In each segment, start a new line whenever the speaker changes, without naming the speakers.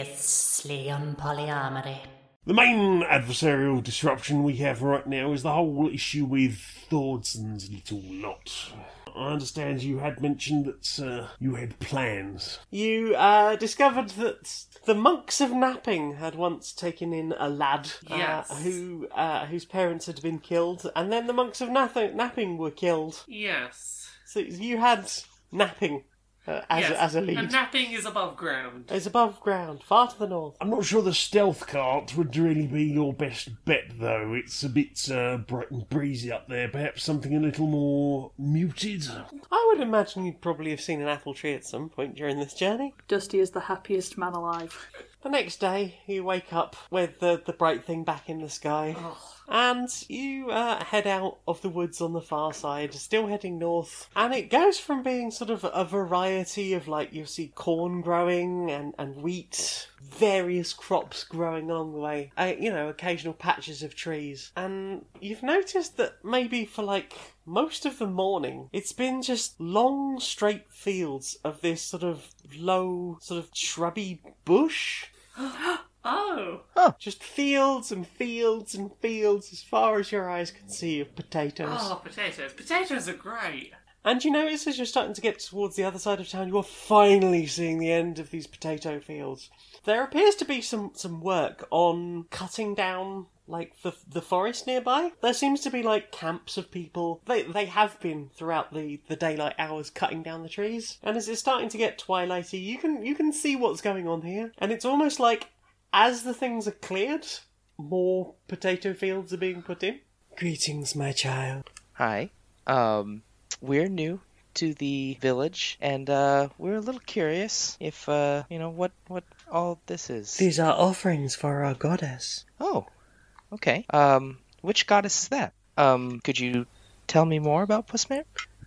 Previously on polyamory.
The main adversarial disruption we have right now is the whole issue with Thordson's little lot. I understand you had mentioned that uh, you had plans.
You uh, discovered that the monks of Napping had once taken in a lad uh,
Yes.
who uh, whose parents had been killed, and then the monks of Nath- Napping were killed.
Yes.
So you had Napping uh, as,
yes.
a, as a lead.
And napping is above ground.
it's above ground, far to the north.
I'm not sure the stealth cart would really be your best bet, though. It's a bit uh, bright and breezy up there. Perhaps something a little more muted.
I would imagine you'd probably have seen an apple tree at some point during this journey.
Dusty is the happiest man alive.
The next day, you wake up with the, the bright thing back in the sky, and you uh, head out of the woods on the far side, still heading north. And it goes from being sort of a variety of like you'll see corn growing and, and wheat, various crops growing along the way, uh, you know, occasional patches of trees. And you've noticed that maybe for like most of the morning, it's been just long, straight fields of this sort of low, sort of shrubby bush
Oh.
just fields and fields and fields as far as your eyes can see of potatoes.
Oh, potatoes. Potatoes are great.
And you notice as you're starting to get towards the other side of town, you're finally seeing the end of these potato fields. There appears to be some, some work on cutting down like the the forest nearby. There seems to be like camps of people. They they have been throughout the, the daylight hours cutting down the trees. And as it's starting to get twilighty, you can you can see what's going on here. And it's almost like as the things are cleared, more potato fields are being put in. Greetings, my child.
Hi. Um, we're new to the village, and uh, we're a little curious if uh, you know what what all this is.
These are offerings for our goddess.
Oh, okay. Um, which goddess is that? Um, could you tell me more about Pussmare?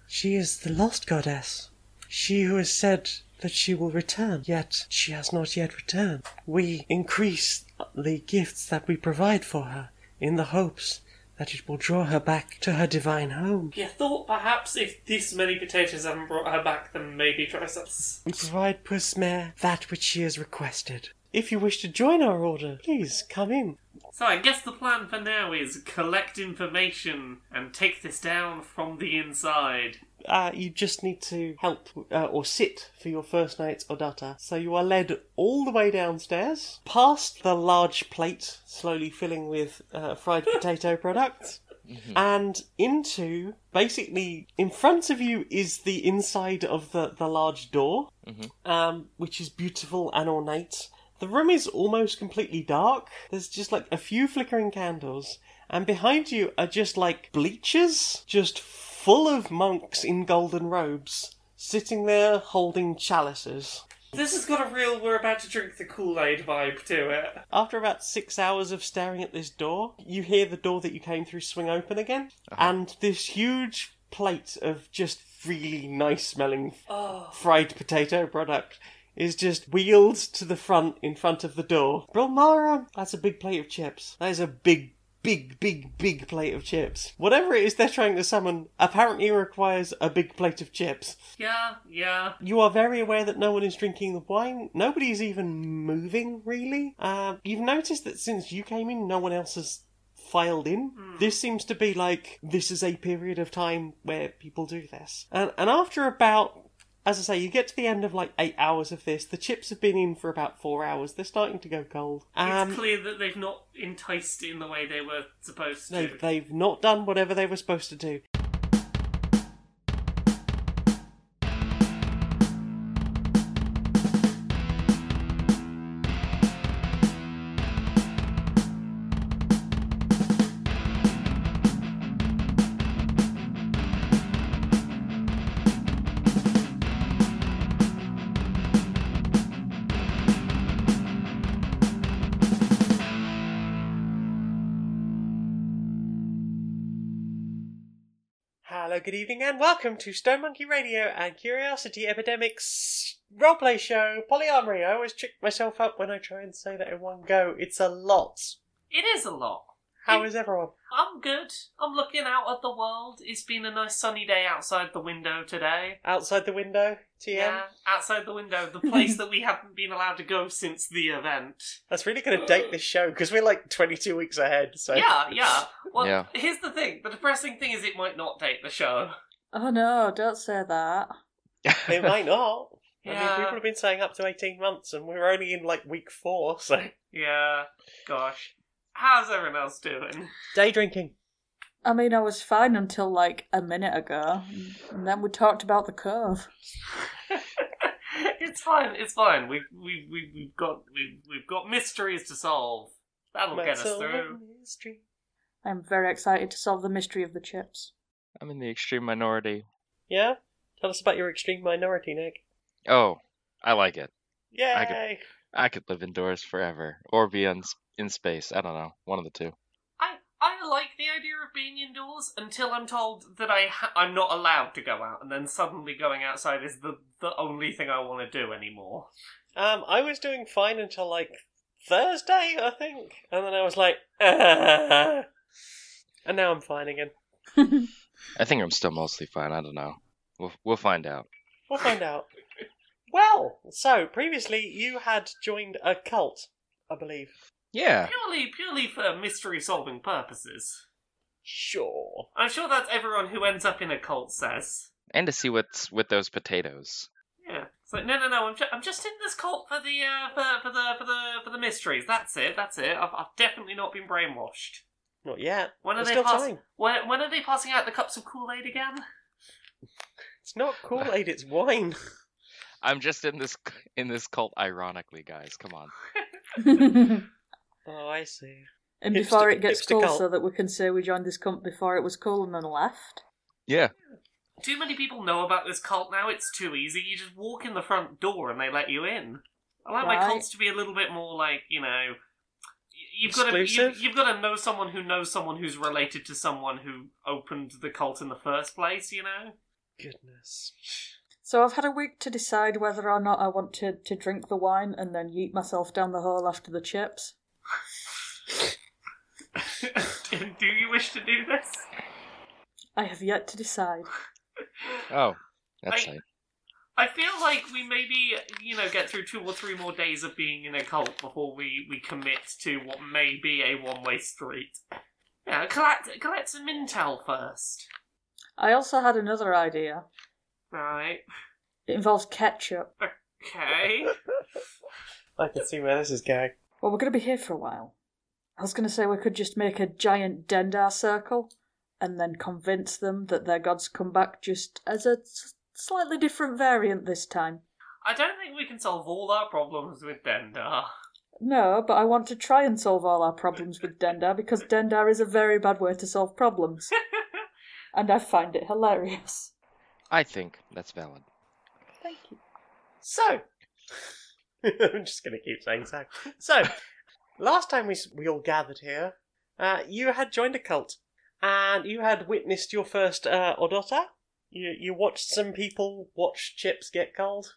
She is the lost goddess. She who has said that she will return, yet she has not yet returned. We increase the gifts that we provide for her in the hopes that it will draw her back to her divine home.
You thought perhaps if this many potatoes haven't brought her back, then maybe try some.
We provide Pussmare that which she has requested. If you wish to join our order, please come in.
So I guess the plan for now is collect information and take this down from the inside.
Uh, you just need to help uh, or sit for your first night's odata. So you are led all the way downstairs, past the large plate, slowly filling with uh, fried potato products, and into basically in front of you is the inside of the, the large door, um, which is beautiful and ornate. The room is almost completely dark. There's just like a few flickering candles, and behind you are just like bleachers, just full of monks in golden robes, sitting there holding chalices.
This has got a real we're about to drink the Kool Aid vibe to it.
After about six hours of staring at this door, you hear the door that you came through swing open again, and this huge plate of just really nice smelling f- fried potato product is just wheeled to the front in front of the door. Bromara, that's a big plate of chips. That is a big, big, big, big plate of chips. Whatever it is they're trying to summon apparently requires a big plate of chips.
Yeah, yeah.
You are very aware that no one is drinking the wine. Nobody is even moving, really. Uh, you've noticed that since you came in, no one else has filed in.
Hmm.
This seems to be like this is a period of time where people do this. And, and after about, as I say, you get to the end of like eight hours of this. The chips have been in for about four hours. They're starting to go cold. Um,
it's clear that they've not enticed in the way they were supposed
no,
to.
they've not done whatever they were supposed to do. Hello, good evening, and welcome to Stone Monkey Radio and Curiosity Epidemic's roleplay show, Polyamory. I always trick myself up when I try and say that in one go. It's a lot.
It is a lot.
How is everyone?
I'm good. I'm looking out at the world. It's been a nice sunny day outside the window today.
Outside the window, TM?
Yeah, outside the window, the place that we haven't been allowed to go since the event.
That's really going to date this show because we're like 22 weeks ahead. So
Yeah, yeah. Well,
Yeah.
here's the thing. The depressing thing is it might not date the show.
Oh no, don't say that.
It might not. I mean,
Yeah.
people have been saying up to 18 months and we're only in like week four, so.
Yeah, gosh. How's everyone else doing?
Day drinking.
I mean, I was fine until like a minute ago, and then we talked about the curve.
it's fine. It's fine. We've we've we've, we've got we've, we've got mysteries to solve. That'll get us
Metal
through.
mystery.
I'm very excited to solve the mystery of the chips.
I'm in the extreme minority.
Yeah? Tell us about your extreme minority, Nick.
Oh, I like it. I could-
Yay!
I could live indoors forever or be on, in space. I don't know. One of the two.
I I like the idea of being indoors until I'm told that I ha- I'm not allowed to go out, and then suddenly going outside is the the only thing I want to do anymore.
Um, I was doing fine until like Thursday, I think, and then I was like, "Ah." and now I'm fine again.
I think I'm still mostly fine. I don't know. We'll, we'll find out.
We'll find out. Well, so previously you had joined a cult, I believe.
Yeah.
Purely purely for mystery solving purposes.
Sure.
I'm sure that's everyone who ends up in a cult says.
And to see what's with those potatoes.
Yeah. It's like no, no, no. I'm, ju- I'm just in this cult for the uh, for, for the for the for the mysteries. That's it. That's it. I've, I've definitely not been brainwashed.
Not yet.
When are
There's
they
still
passing?
time.
When, when are they passing out the cups of Kool Aid again?
It's not Kool Aid, it's wine.
I'm just in this in this cult ironically, guys. Come on.
and
Oh, I see.
before
Hipster-
it gets
hipster
cool,
cult.
so that we can say we joined this comp before it was cool and then left.
Yeah.
Too many people know about this cult now. It's too easy. You just walk in the front door and they let you in. I like my
Right.
cults to be a little bit more like you know. y- You've got to
Exclusive?
you've, you've got to know someone who knows someone who's related to someone who opened the cult in the first place. You know.
Goodness.
So I've had a week to decide whether or not I want to, to drink the wine and then yeet myself down the hole after the chips.
do you wish to do this?
I have yet to decide.
Oh, that's
I-
right.
I feel like we maybe, you know, get through two or three more days of being in a cult before we, we commit to what may be a one way street. Yeah, collect collect some intel first.
I also had another idea.
Right.
It involves ketchup.
Okay.
I can see where this is going.
Well, we're going to be here for a while. I was going to say we could just make a giant Dendar circle and then convince them that their gods come back just as a s- slightly different variant this time.
I don't think we can solve all our problems with Dendar.
No, but I want to try and solve all our problems with Dendar because Dendar is a very bad way to solve problems. and I find it hilarious.
I think that's valid.
Thank you.
So, I'm just going to keep saying so. So, last time we s- we all gathered here, uh, you had joined a cult, and you had witnessed your first uh, Odotta. You you watched some people watch chips get cold,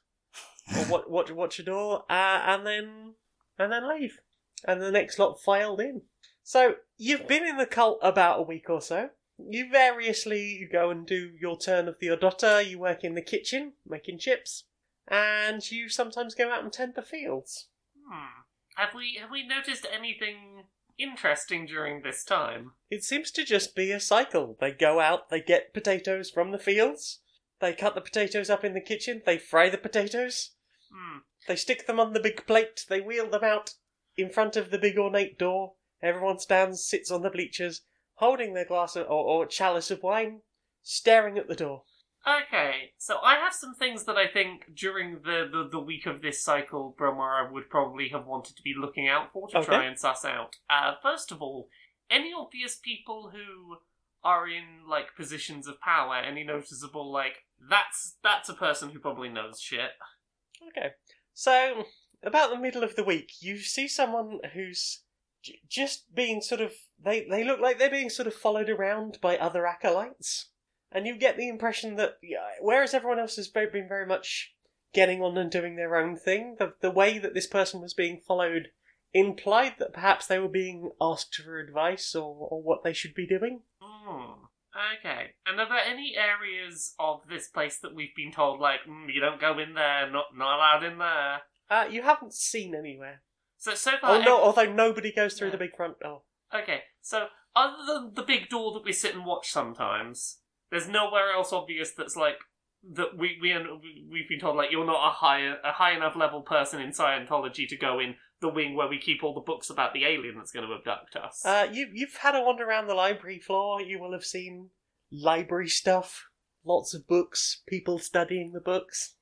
or watch watch watch a door, uh, and then and then leave, and the next lot filed in. So you've been in the cult about a week or so. You variously you go and do your turn of the Odotta. You work in the kitchen making chips and you sometimes go out and tend the fields.
Hmm. Have we have we noticed anything interesting during this time?
It seems to just be a cycle. They go out, they get potatoes from the fields, they cut the potatoes up in the kitchen, they fry the potatoes,
Hmm.
they stick them on the big plate, they wheel them out in front of the big ornate door. Everyone stands, sits on the bleachers, holding their glass of, or, or chalice of wine, staring at the door.
Okay, so I have some things that I think during the, the, the week of this cycle, Bromara would probably have wanted to be looking out for to
Okay.
try and suss out. Uh, first of all, any obvious people who are in like positions of power, any noticeable like that's that's a person who probably knows shit.
Okay. So, about the middle of the week, you see someone who's j- just being sort of. They, they look like they're being sort of followed around by other acolytes. And you get the impression that, yeah, whereas everyone else has very- been very much getting on and doing their own thing, the, the way that this person was being followed implied that perhaps they were being asked for advice or, or what they should be doing.
Hmm. Okay. And are there any areas of this place that we've been told, like, mm, you don't go in there, not not allowed in there?
Uh, you haven't seen anywhere.
So so far,
Oh no! Although nobody goes through
Uh, Yeah.
the big front door.
Okay, so other than the big door that we sit and watch sometimes, there's nowhere else obvious that's like that we we we've been told like you're not a high a high enough level person in Scientology to go in the wing where we keep all the books about the alien that's going to abduct us.
Uh, you you've had a wander around the library floor. You will have seen library stuff, lots of books, people studying the books.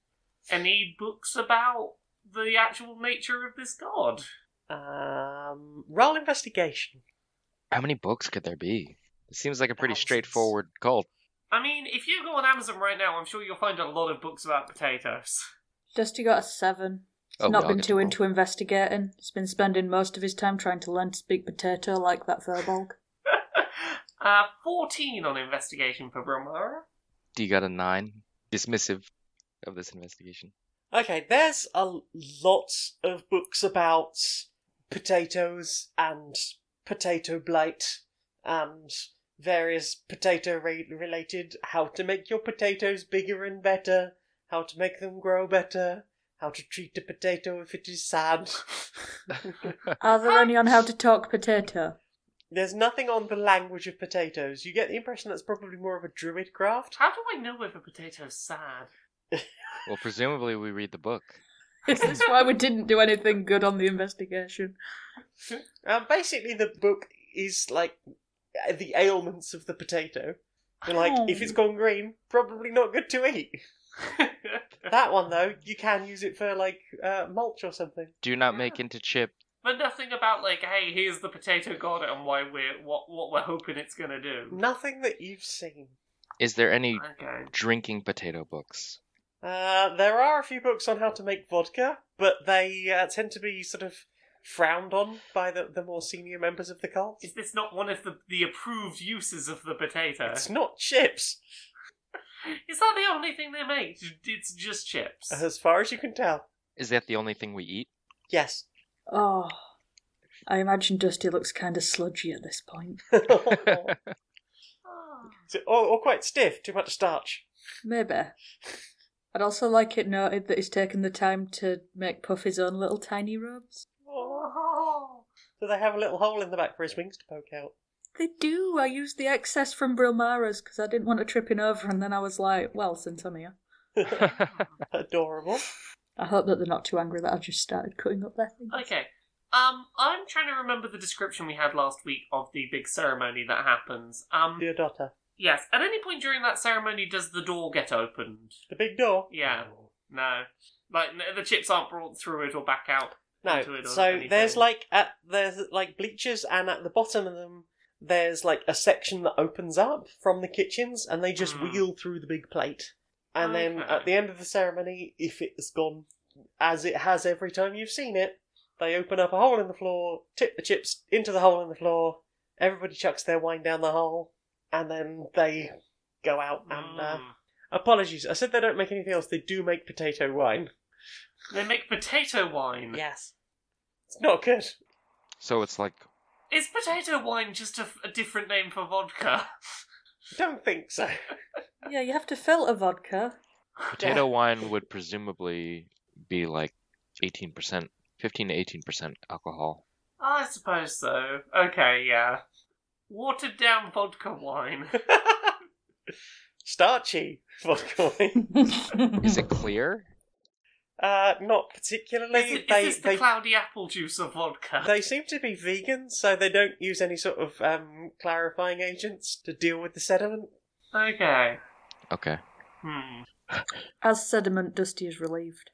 Any books about the actual nature of this god?
Um, roll investigation.
How many books could there be? It seems like a pretty
Thousands.
straightforward cult.
I mean, if you go on Amazon right now, I'm sure you'll find a lot of books about potatoes.
Dusty got a seven. He's
Oh, we
not
all
been
get to
too
roll.
into investigating. He's been spending most of his time trying to learn to speak potato like that Verbolg.
uh, 14 on investigation for Bromara.
D Oh, got a nine. Dismissive of this investigation.
Okay, there's a lot of books about potatoes and potato blight and various potato ra- related how to make your potatoes bigger and better, how to make them grow better, how to treat a potato if it is sad.
Are there any on how to talk potato?
There's nothing on the language of potatoes. You get the impression that's probably more of a druid craft.
How do I know if a potato's sad?
Well, presumably we read the book.
Is this why we didn't do anything good on the investigation?
Um, basically, the book is like uh, the ailments of the potato. And like, if it's gone green, probably not good to eat. That one though, you can use it for like uh, mulch or something.
Do not make into chip.
but nothing about like, hey, here's the potato god and why we're what what we're hoping it's gonna do.
Nothing that you've seen.
Is there any
Okay.
drinking potato books?
Uh, there are a few books on how to make vodka, but they uh, tend to be sort of frowned on by the, the more senior members of the cult.
Is this not one of the, the approved uses of the potato?
It's not chips,
Is that the only thing they make? It's just chips.
as far as you can tell.
Is that the only thing we eat?
Yes.
Oh. I imagine Dusty looks kind of sludgy at this point.
or,
Ah.
or quite stiff, too much starch.
Maybe. I'd also like it noted that he's taken the time to make Puff his own little tiny robes.
Oh.
So they have a little hole in the back for his wings to poke out.
They do. I used the excess from Brilmara's because I didn't want to trip him over, and then I was like, well, since I'm here.
Adorable.
I hope that they're not too angry that I've just started cutting up their thing.
Okay. Um, I'm trying to remember the description we had last week of the big ceremony that happens. Um,
Dear daughter.
yes. At any point during that ceremony, does the door get opened?
The big door.
Yeah. No. Like n- the chips aren't brought through it or back out. into
No,
it or
so
anything.
there's like at there's like bleachers, and at the bottom of them, there's like a section that opens up from the kitchens, and they just
Hmm.
wheel through the big plate. And then
Okay.
at the end of the ceremony, if it's gone as it has every time you've seen it, they open up a hole in the floor, tip the chips into the hole in the floor. Everybody chucks their wine down the hole, and then they go out and. Uh,
Mm.
apologies, I said they don't make anything else. They do make potato wine.
They make potato wine.
Yes, it's not good.
So it's like
Is potato wine just a, a different name for vodka?
Don't think so.
Yeah, you have to filter vodka.
potato wine would presumably be like 18%, 15 to 18% alcohol.
I suppose so. Okay, yeah. Watered down vodka wine.
Starchy vodka wine.
Is it clear?
Uh, not
Is,
particularly.
it,
they
is this the
they,
cloudy apple juice of vodka?
they seem to be vegan, so they don't use any sort of um, clarifying agents to deal with the sediment.
Okay.
Okay.
Hmm.
As sediment, Dusty is relieved.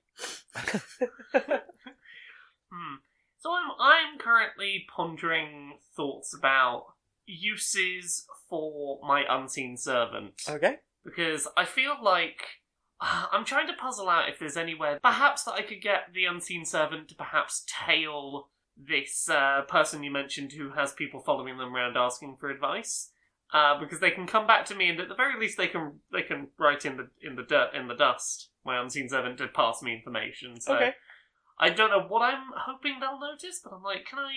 Hmm. So I'm I'm currently pondering thoughts about uses for my unseen servant.
Okay.
because I feel like I'm trying to puzzle out if there's anywhere perhaps that I could get the unseen servant to perhaps tail this uh, person you mentioned who has people following them around asking for advice. Uh, because they can come back to me, and at the very least, they can they can write in the in the dirt in the dust. My unseen servant did pass me information, so
Okay.
I don't know what I'm hoping they'll notice, but I'm like, can I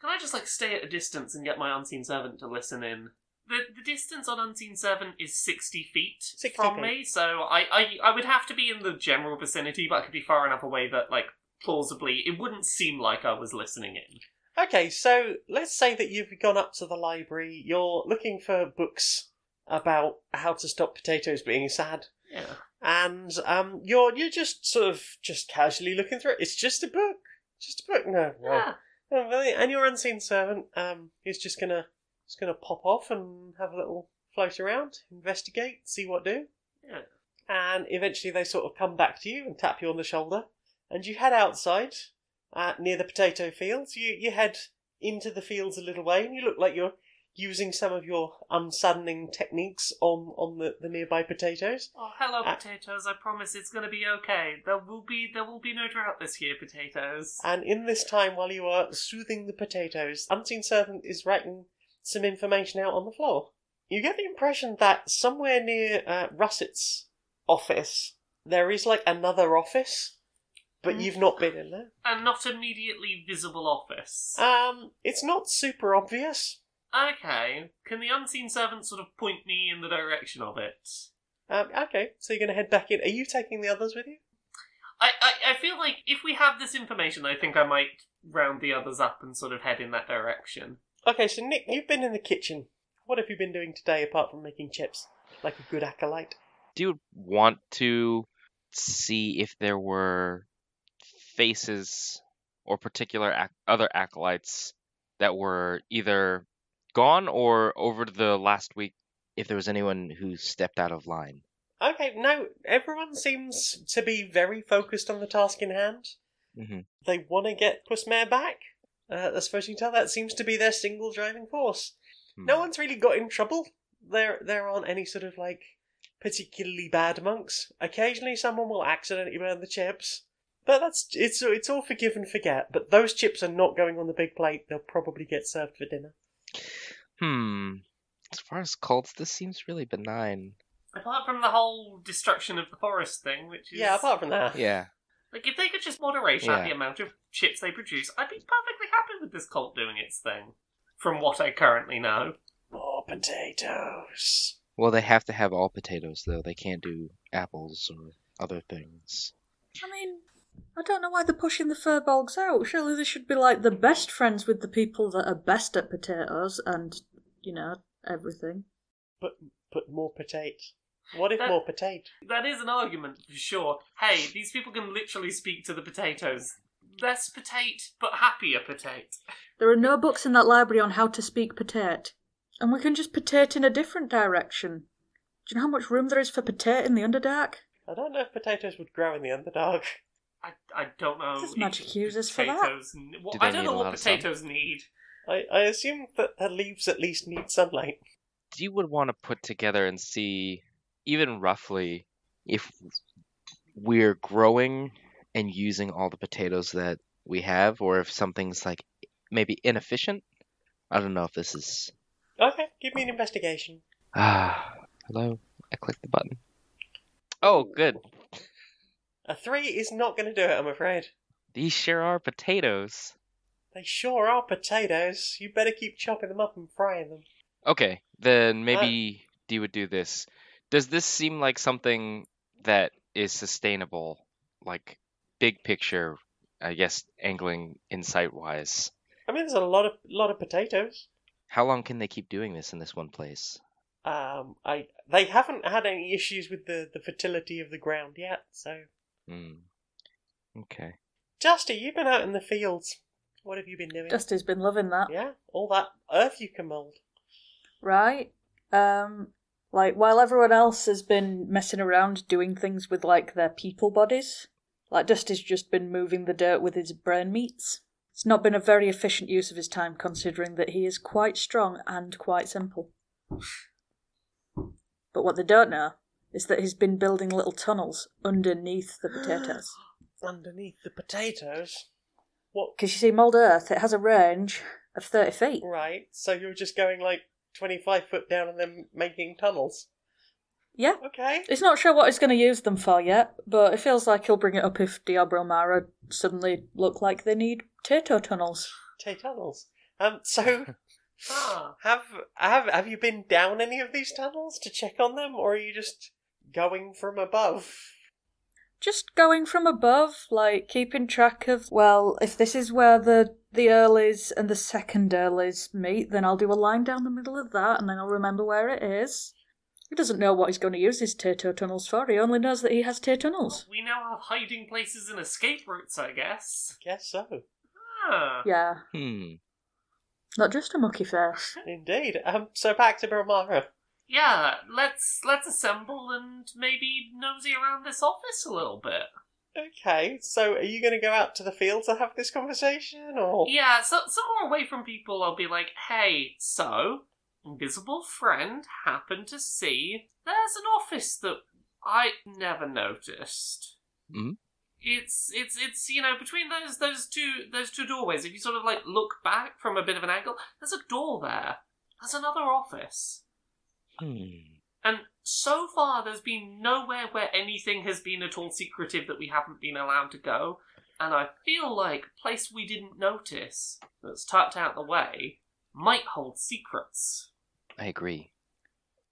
can I just like stay at a distance and get my unseen servant to listen in? The the distance on unseen servant is sixty feet
60
from
feet.
me, so I, I I would have to be in the general vicinity, but I could be far enough away that like plausibly it wouldn't seem like I was listening in.
Okay, so let's say that you've gone up to the library, you're looking for books about how to stop potatoes being sad,
Yeah.
and um, you're you're just sort of just casually looking through it. It's just a book, just a book. No, no.
Yeah.
Oh, really? And your unseen servant um, is just gonna just gonna pop off and have a little float around, investigate, see what do.
Yeah.
And eventually they sort of come back to you and tap you on the shoulder, and you head outside uh, near the potato fields. You you head into the fields a little way, and you look like you're using some of your unsuddening techniques on on the, the nearby potatoes.
Oh, hello,
Uh,
potatoes. I promise it's gonna be okay. There will be there will be no drought this year, potatoes.
And in this time, while you are soothing the potatoes, Unseen Servant is writing some information out on the floor. You get the impression that somewhere near uh, Russet's office, there is like another office, but you've not been in there.
A not immediately visible office.
Um, it's not super obvious.
okay. Can the unseen servant sort of point me in the direction of it?
Um, okay, so you're going to head back in. Are you taking the others with you?
I, I I feel like if we have this information, I think I might round the others up and sort of head in that direction.
Okay, so Nick, you've been in the kitchen. What have you been doing today apart from making chips, like a good acolyte?
Do you want to see if there were faces or particular ac- other acolytes that were either gone or over the last week? If there was anyone who stepped out of line,
Okay, no, everyone seems to be very focused on the task in hand.
Mhm.
They want to get Pussmare back. Uh, as far as you can tell, that seems to be their single driving force. No
Hmm.
one's really got in trouble. There, there aren't any sort of like particularly bad monks. Occasionally, someone will accidentally burn the chips, but that's it's it's all forgive and forget. But those chips are not going on the big plate. They'll probably get served for dinner.
Hmm. As far as cults, this seems really benign.
Apart from the whole destruction of the forest thing, which is
Yeah, apart from that,
Yeah.
like if they could just moderate out
Yeah.
the amount of chips they produce, I'd be perfectly happy with this cult doing its thing. From what I currently know.
more potatoes.
Well, they have to have all potatoes though. They can't do apples or other things.
I mean, I don't know why they're pushing the furbolgs out. Surely they should be like the best friends with the people that are best at potatoes and, you know, everything.
But but more potato. What if
That-
more potato?
That is an argument for sure. Hey, these people can literally speak to the potatoes. Less potato, but happier potato.
There are no books in that library on how to speak potato. And we can just potato in a different direction. Do you know how much room there is for potato in the Underdark?
I don't know if potatoes would grow in the Underdark.
I, I don't know.
There's
if
magic users for that.
potatoes n- well,
Do they
I don't
need
know
a
what
lot of sun?
potatoes need.
I, I assume that her leaves at least need sunlight.
You would want to put together and see, even roughly, if we're growing and using all the potatoes that we have, or if something's like maybe inefficient. I don't know if this is.
Okay, give me an investigation.
Ah, hello. I clicked the button. Oh, good.
A three is not going to do it, I'm afraid.
These sure are potatoes.
They sure are potatoes. You better keep chopping them up and frying them.
Okay, then maybe D would do this. Does this seem like something that is sustainable, like big picture? I guess angling insight wise.
I mean, there's a lot of lot of potatoes.
How long can they keep doing this in this one place?
Um, I they haven't had any issues with the, the fertility of the ground yet. So,
Hmm. Okay.
Dusty, you've been out in the fields. What have you been doing?
Dusty's been loving that.
Yeah, all that earth you can mold.
right? Um, like while everyone else has been messing around doing things with like their people bodies, like Dusty's just been moving the dirt with his brain meats. It's not been a very efficient use of his time, considering that he is quite strong and quite simple. But what they don't know is that he's been building little tunnels underneath the potatoes.
underneath the potatoes. What?
Because you see, Mould Earth, it has a range of 30 feet.
Right. So you're just going like 25 foot down and then making tunnels.
Yeah.
Okay.
He's not sure what he's going to use them for yet, but it feels like he'll bring it up if Diablo Mara suddenly look like they need Tato tunnels.
Take tunnels. Um. So
Ah.
have have have you been down any of these tunnels to check on them, or are you just going from above?
Just going from above, like keeping track of, well, if this is where the, the earlies and the second earlies meet, then I'll do a line down the middle of that and then I'll remember where it is. He doesn't know what he's going to use his Tato tunnels for, he only knows that he has Tato tunnels.
We now have hiding places and escape routes, I guess.
Guess so.
Ah.
Yeah,
Hmm.
not just a mucky face.
Indeed. Um. So back to Bromara.
Yeah, let's let's assemble and maybe nosy around this office a little bit.
Okay. So are you going to go out to the field to have this conversation, or
Yeah, so somewhere away from people, I'll be like, hey, so invisible friend happened to see there's an office that I never noticed.
Mhm.
It's it's it's you know between those those two those two doorways. If you sort of like look back from a bit of an angle, there's a door there. There's another office.
Hmm.
And so far, there's been nowhere where anything has been at all secretive that we haven't been allowed to go. And I feel like a place we didn't notice that's tucked out the way might hold secrets.
I agree.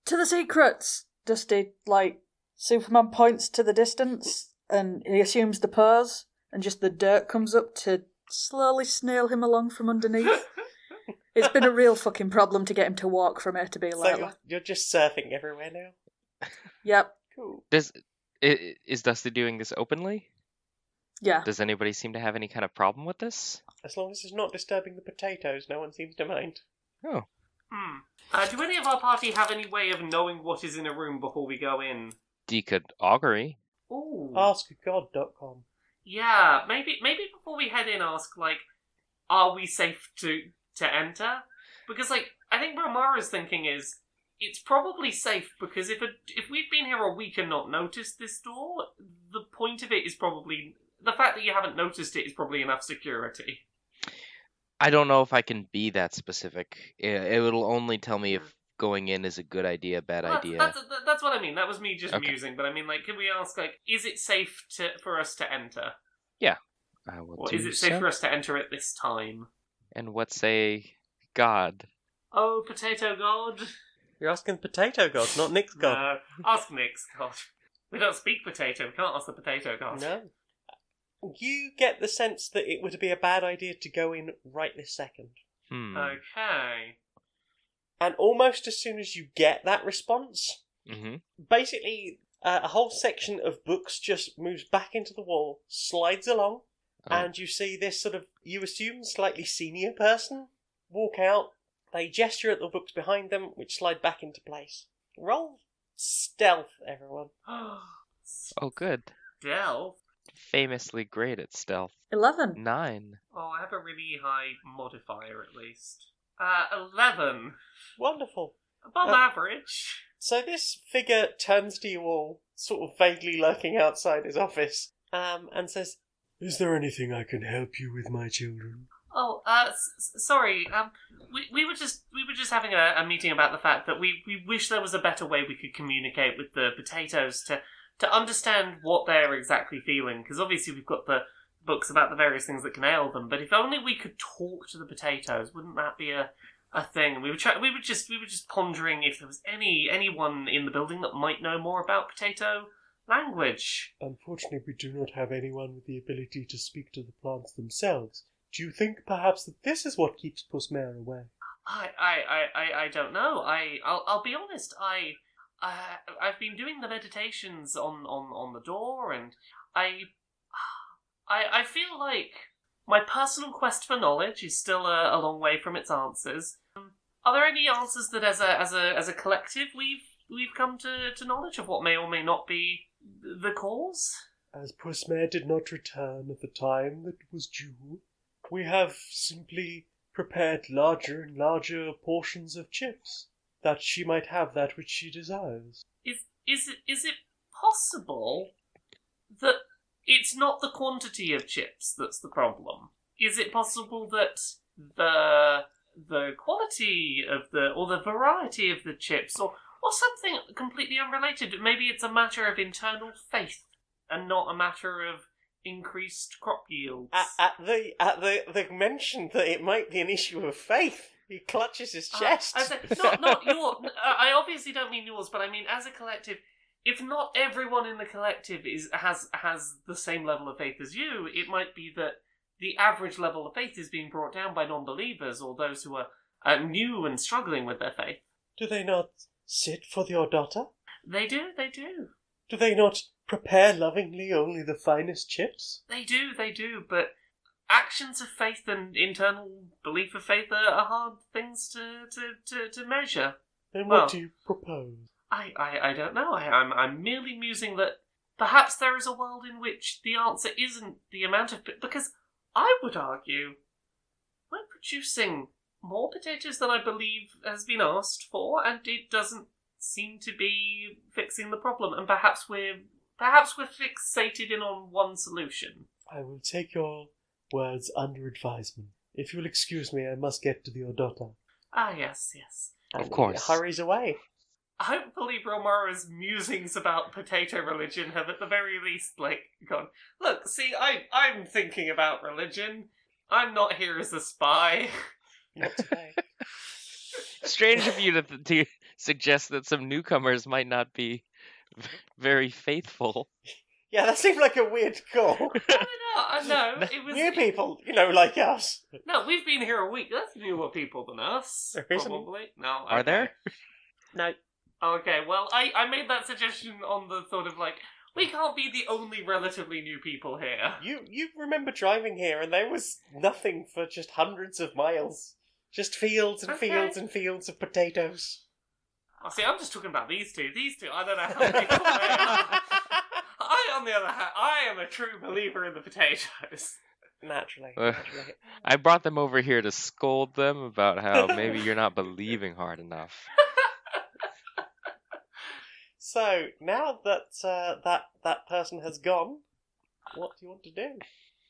To the secrets! Dusty, like, Superman points to the distance and he assumes the pose, and just the dirt comes up to slowly snail him along from underneath. it's been a real fucking problem to get him to walk from A to B
so
lately.
you're, you're just surfing everywhere now?
Yep,
Cool.
Does i- i- is Dusty doing this openly?
yeah.
Does anybody seem to have any kind of problem with this?
As long as it's not disturbing the potatoes, no one seems to mind.
Oh,
Hmm. Uh, do any of our party have any way of knowing what is in a room before we go in?
Deacon augury.
Ooh.
Hmm. Oh, AskGod.com.
Yeah, maybe maybe before we head in, ask like, are we safe to to enter? Because like, I think what Amara's thinking is it's probably safe because if a, if we've been here a week and not noticed this door, the point of it is probably the fact that you haven't noticed it is probably enough security.
I don't know if I can be that specific. I- It will only tell me if going in is a good idea, bad
Mm. Well,
idea.
That's, that's, that's what I mean. That was me just
Okay.
musing, but I mean, like, can we ask like, is it safe to for us to enter?
I will
Or
do
is it safe
so.
for us to enter at this time?
And what say God?
Oh, potato god.
You're asking Potato God, not Nick's God.
No, ask Nick's God. We don't speak potato. We can't ask the potato God.
No. You get the sense that it would be a bad idea to go in right this second.
Hmm.
Okay.
And almost as soon as you get that response,
hmm
basically uh, a whole section of books just moves back into the wall, slides along,
Oh.
and you see this sort of, you assume, slightly senior person walk out. They gesture at the books behind them, which slide back into place. Roll stealth, everyone.
Oh, good.
Stealth.
Famously great at stealth.
11.
Nine.
Oh, I have a really high modifier at least. Uh, eleven.
Wonderful.
Above
Uh,
average.
So this figure turns to you all, sort of vaguely lurking outside his office, um, and says, "Is there anything I can help you with, my children?"
Oh, uh, s- s- sorry. Um, we we were just we were just having a, a meeting about the fact that we we wish there was a better way we could communicate with the potatoes to to understand what they're exactly feeling. Because obviously we've got the books about the various things that can ail them, but if only we could talk to the potatoes, wouldn't that be a a thing? We were try- we were just we were just pondering if there was any anyone in the building that might know more about potato language.
Unfortunately, we do not have anyone with the ability to speak to the plants themselves. Do you think perhaps that this is what keeps Puss Mare away?
I, I, I, I, I don't know. I, I'll, I'll be honest. I, I, I've been doing the meditations on, on, on the door, and I, I, I feel like my personal quest for knowledge is still a, a long way from its answers. Um, are there any answers that, as a, as a, as a collective, we've we've come to, to knowledge of what may or may not be the cause?
As Puss Mare did not return at the time that was due, we have simply prepared larger and larger portions of chips, that she might have that which she desires.
Is is it is it possible that it's not the quantity of chips that's the problem? Is it possible that the the quality of the or the variety of the chips or Or something completely unrelated. Maybe it's a matter of internal faith and not a matter of increased crop yields.
At, at the at the the mention that it might be an issue of faith, he clutches his
Uh,
chest.
I say, not not your. uh, I obviously don't mean yours, but I mean as a collective. If not everyone in the collective is has has the same level of faith as you, it might be that the average level of faith is being brought down by non-believers or those who are uh, new and struggling with their faith.
Do they not sit for the odata?
They do, they do,
Do they not prepare lovingly only the finest chips?
they do, they do. But actions of faith and internal belief of faith are, are hard things to to, to, to measure.
Then
Well-
what do you propose?
I, I, I don't know. I, I'm, I'm merely musing that perhaps there is a world in which the answer isn't the amount of. Because I would argue we're producing more potatoes than I believe has been asked for, and it doesn't seem to be fixing the problem. And perhaps we're. Perhaps we're fixated in on one solution.
I will take your words under advisement. If you'll excuse me, I must get to the odata.
Ah, yes, yes.
Of
And he
course.
hurries away.
Hopefully, Romaro's musings about potato religion have, at the very least, like gone. Look, see, I, I'm thinking about religion. I'm not here as a spy.
Not today.
Strange of you to, to suggest that some newcomers might not be v- very faithful.
yeah, that seemed like a weird call.
No, no, no, no, it was.
New people, you know, like us.
No, we've been here a week. That's newer people than us.
There isn't.
Probably. No.
Are
okay.
there?
No.
Okay, well, I, I made that suggestion on the thought of like, we can't be the only relatively new people here.
You you remember driving here and there was nothing for just hundreds of miles. Just fields and
Okay.
fields and fields of potatoes.
Oh, see, I'm just talking about these two. These two, I don't know how many people they are. I, on the other hand, I am a true believer in the potatoes.
Naturally.
Uh.
naturally.
I brought them over here to scold them about how maybe you're not believing hard enough.
So now that uh, that that person has gone, what do you want to do?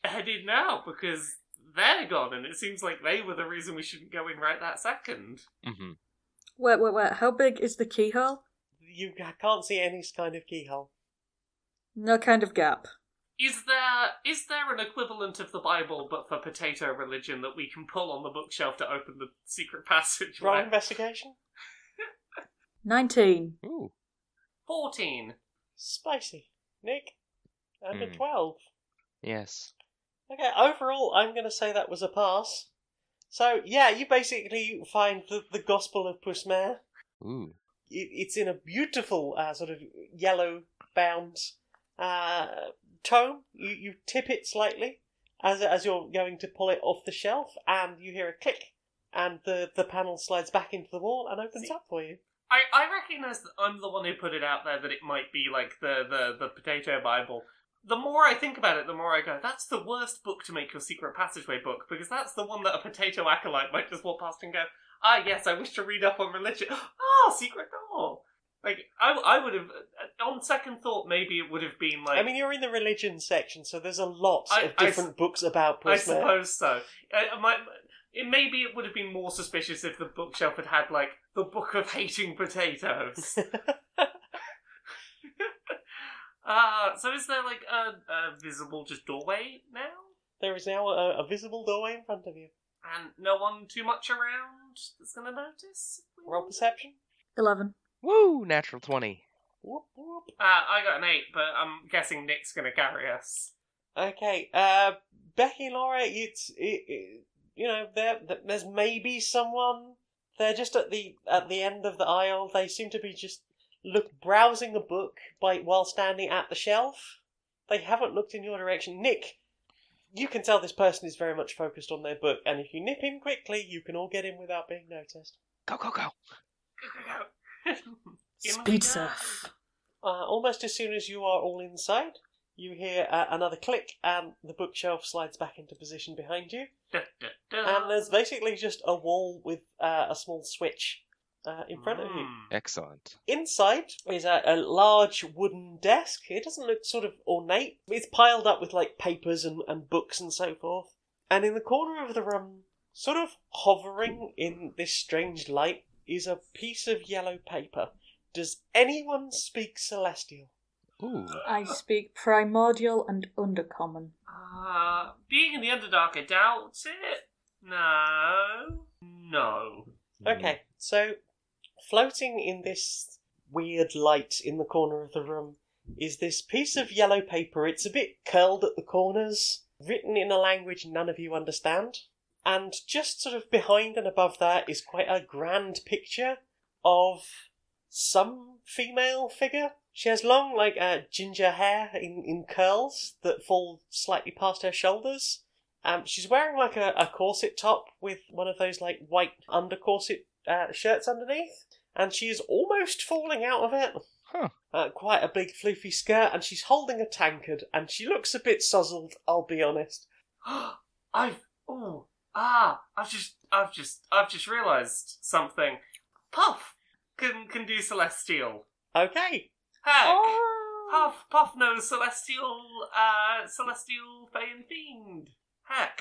Headed now because they're gone, and it seems like they were the reason we shouldn't go in right that second.
hmm
Wait, wait, wait. How big is the keyhole?
You can't see any kind of keyhole.
No kind of gap.
Is there is there an equivalent of the Bible but for potato religion that we can pull on the bookshelf to open the secret passage?
Roll investigation.
19.
Ooh.
Fourteen.
Spicy. Nick, under
Hmm.
twelve.
Yes.
Okay, overall, I'm going to say that was a pass. So, yeah, you basically find the, the Gospel of Pusmare.
Ooh.
It, it's in a beautiful uh, sort of yellow bound uh, tome. You, you tip it slightly as, as you're going to pull it off the shelf, and you hear a click, and the, the panel slides back into the wall and opens up for you.
I, I recognize that I'm the one who put it out there that it might be like the, the, the potato Bible. The more I think about it, the more I go, that's the worst book to make your secret passageway book, because that's the one that a potato acolyte might just walk past and go, ah, yes, I wish to read up on religion. Ah, secret door! Like, I, I would have, uh, on second thought, maybe it would have been like.
I mean, you're in the religion section, so there's a lot
I-
of
I
different books about
I
Pusmare.
suppose so. Uh, my, it, maybe it would have been more suspicious if the bookshelf had had, like, the Book of Hating Potatoes. uh, so is there, like, a, a visible just doorway now?
there is now a, a visible doorway in front of you.
And no one too much around that's going to notice?
Roll perception.
11.
Woo! Natural 20.
Whoop, whoop.
Uh, I got an 8, but I'm guessing Nick's going to carry us.
Okay, uh, Becky, Laura, it's it, it, you know there th- there's maybe someone. They're just at the at the end of the aisle. They seem to be just look browsing a book by while standing at the shelf. They haven't looked in your direction, Nick. You can tell this person is very much focused on their book, and if you nip in quickly, you can all get in without being noticed.
Go, go, go.
In we
Speed
go.
surf.
Uh, almost as soon as you are all inside, you hear uh, another click, and the bookshelf slides back into position behind you.
Da, da, da.
and there's basically just a wall with uh, a small switch uh, in front of you.
Mm.
Excellent.
Inside is a, a large wooden desk. It doesn't look sort of ornate. It's piled up with like papers and, and books and so forth. And in the corner of the room, sort of hovering in this strange light, is a piece of yellow paper Does anyone speak Celestial?
Ooh.
I speak primordial and undercommon.
Uh, being in the Underdark, I doubt it. No. No.
Okay, so floating in this weird light in the corner of the room is this piece of yellow paper. It's a bit curled at the corners, written in a language none of you understand. And just sort of behind and above that is quite a grand picture of some female figure. She has long, like, uh, ginger hair in, in curls that fall slightly past her shoulders. Um, she's wearing like a, a corset top with one of those like white under corset uh, shirts underneath, and she is almost falling out of it.
Huh.
Uh, quite a big floofy skirt, and she's holding a tankard, and she looks a bit sozzled. I'll be honest.
I've oh ah I've just I've just I've just realised something. Puff can can do celestial.
Okay,
Heck,
Oh.
Puff Puff knows celestial uh celestial Fey and fiend. Heck,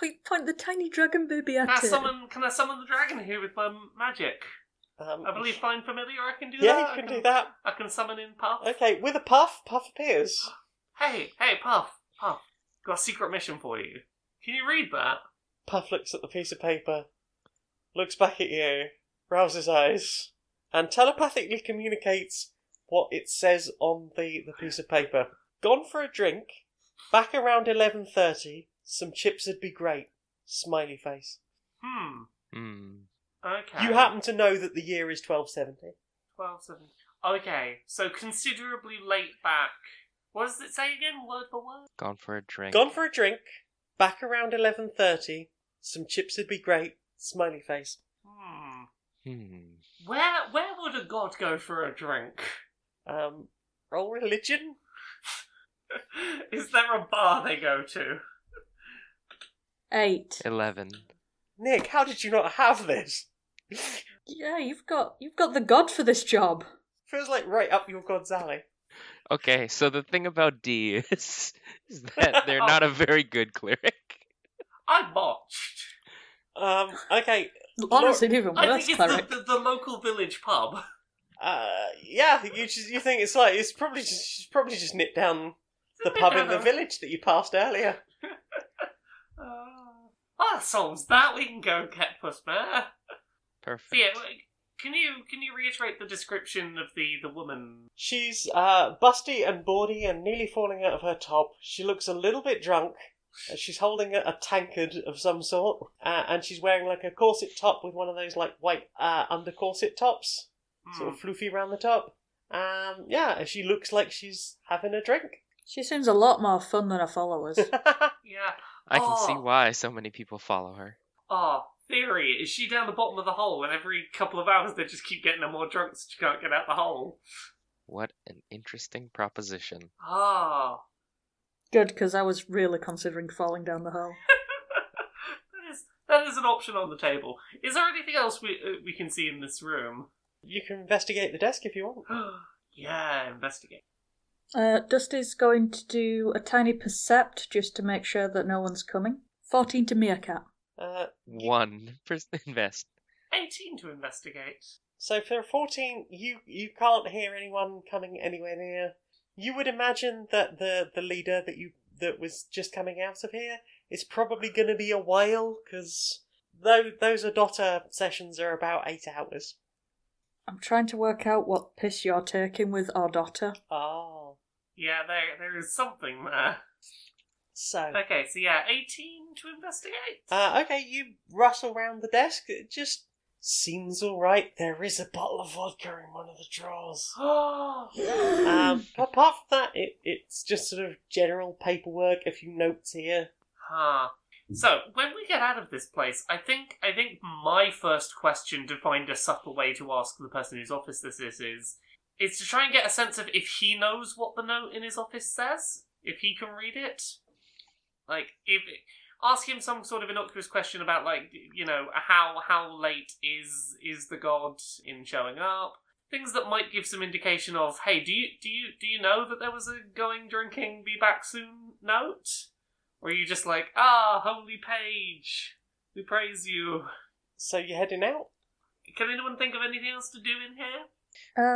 Point, point the tiny dragon baby at
can I
it.
Ah, summon can I summon the dragon here with my magic?
um,
I believe find familiar. I can do
Yeah,
that.
you
I
can do that.
I can summon in Puff.
Okay, with a puff, puff appears.
Hey hey Puff Puff, got a secret mission for you. Can you read that?
Puff looks at the piece of paper, looks back at you, rouses eyes, and telepathically communicates what it says on the, the piece of paper. Gone for a drink. Back around eleven thirty. Some chips would be great. Smiley face.
Hmm.
Mm.
Okay.
You happen to know that the year is twelve seventy.
Twelve seven. Okay, so considerably late back. What does it say again, word for word?
Gone for a drink.
Gone for a drink. Back around eleven thirty. Some chips would be great. Smiley face.
Hmm.
Hmm.
Where where would a god go for a drink?
Um, roll religion.
Is there a bar they go to?
Eight.
Eleven.
Nick, how did you not have this?
Yeah, you've got you've got the god for this job.
Feels like right up your god's alley.
Okay, so the thing about D is, is that they're not a very good cleric.
I botched.
Um, okay.
Honestly, even
I
worse
think it's
cleric.
the, the, the local village pub.
Uh, yeah, you just, you think it's like it's probably just she's probably just nipped down the pub in the village that you passed earlier.
Uh, well, that solves that. We can go get Puss Bear.
Perfect.
So yeah, like, can you can you reiterate the description of the the woman?
She's uh busty and bawdy and nearly falling out of her top. She looks a little bit drunk. Uh, She's holding a, a tankard of some sort, uh, and she's wearing like a corset top with one of those like white uh, under corset tops, sort
Hmm.
of floofy around the top. Um, yeah, she looks like she's having a drink.
She seems a lot more fun than her followers.
Hmm. Yeah.
I can see
Oh.
why so many people follow her.
Oh, theory. Is she down the bottom of the hole and every couple of hours they just keep getting her more drunk so she can't get out the hole?
What an interesting proposition.
Ah.
Good, because I was really considering falling down the hole.
that is that is an option on the table. Is there anything else we uh, we can see in this room?
you can investigate the desk if you want.
yeah, investigate.
Uh, Dusty's going to do a tiny percept just to make sure that no one's coming. 14 to Meerkat.
Uh,
One person invest.
18 to investigate.
So for fourteen, you you can't hear anyone coming anywhere near. You would imagine that the the leader that you that was just coming out of here is probably going to be a while because though those Adotta sessions are about eight hours.
I'm trying to work out what piss you're taking with Ardotta.
Oh,
Yeah, there there is something there.
so
Okay, so yeah, 18 to investigate.
uh, okay, you rustle round the desk. It just seems all right. There is a bottle of vodka in one of the drawers.
Oh.
Um, apart from that, it, it's just sort of general paperwork. A few notes here.
Huh. So when we get out of this place, I think I think my first question to find a subtle way to ask the person whose office this is is is to try and get a sense of if he knows what the note in his office says, if he can read it. Like if ask him some sort of innocuous question about like you know how how late is is the god in showing up. Things that might give some indication of, hey, do you do you do you know that there was a going drinking be back soon note? Or are you just like, ah, holy page, we praise you?
So you're heading out.
Can anyone think of anything else to do in here?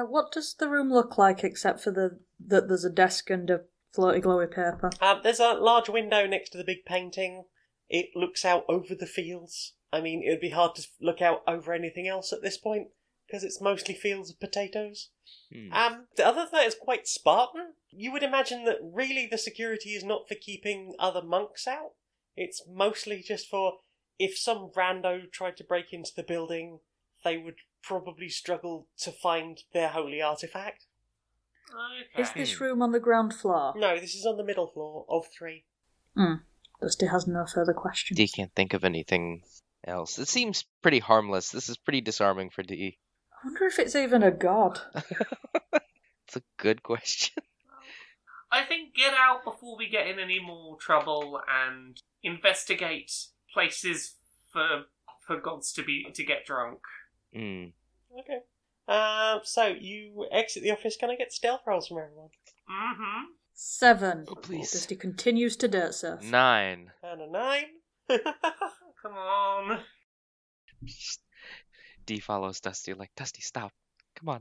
Uh, what does the room look like except for the that there's a desk and a floaty glowy paper?
Um, there's a large window next to the big painting. It looks out over the fields. I mean, it would be hard to look out over anything else at this point because it's mostly fields of potatoes.
Hmm.
Um, the other thing that is quite Spartan. You would imagine that really the security is not for keeping other monks out. It's mostly just for if some rando tried to break into the building, they would probably struggle to find their holy artifact.
Okay.
Is this room on the ground floor? Hmm.
No, this is on the middle floor of three.
Dusty has no further questions.
D can't think of anything else. It seems pretty harmless. This is pretty disarming for D.
I wonder if it's even a god.
It's a good question.
I think get out before we get in any more trouble and investigate places for for gods to be to get drunk.
Mm.
Okay. Um, so you exit the office. Can I get stealth rolls from everyone?
Mm-hmm.
Seven.
Oh, please.
Dusty continues to dirt surf.
Nine.
And a nine.
Come on.
D follows Dusty like Dusty, stop. Come on.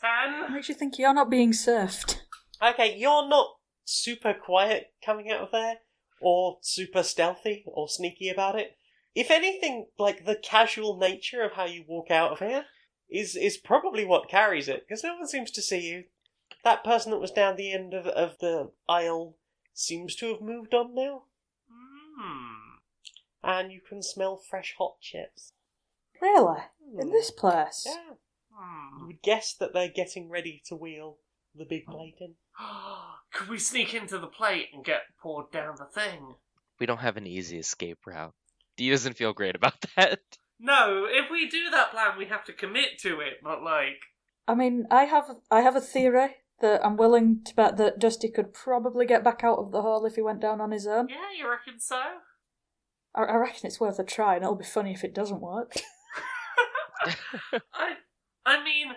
What
Ten.
makes you think you're not being surfed?
okay, you're not super quiet coming out of there, or super stealthy or sneaky about it. If anything, like the casual nature of how you walk out of here is is probably what carries it, because no one seems to see you. That person that was down the end of, of the aisle seems to have moved on now,
Mm.
and you can smell fresh hot chips.
Really? In
Hmm.
this place?
Yeah. You
Hmm.
would guess that they're getting ready to wheel the big
Oh.
plate in.
Could we sneak into the plate and get poured down the thing?
We don't have an easy escape route. D doesn't feel great about that.
No, if we do that plan, we have to commit to it. But like,
I mean, I have I have a theory that I'm willing to bet that Dusty could probably get back out of the hole if he went down on his own.
yeah, you reckon so?
I, I reckon it's worth a try, and it'll be funny if it doesn't work.
I, I mean,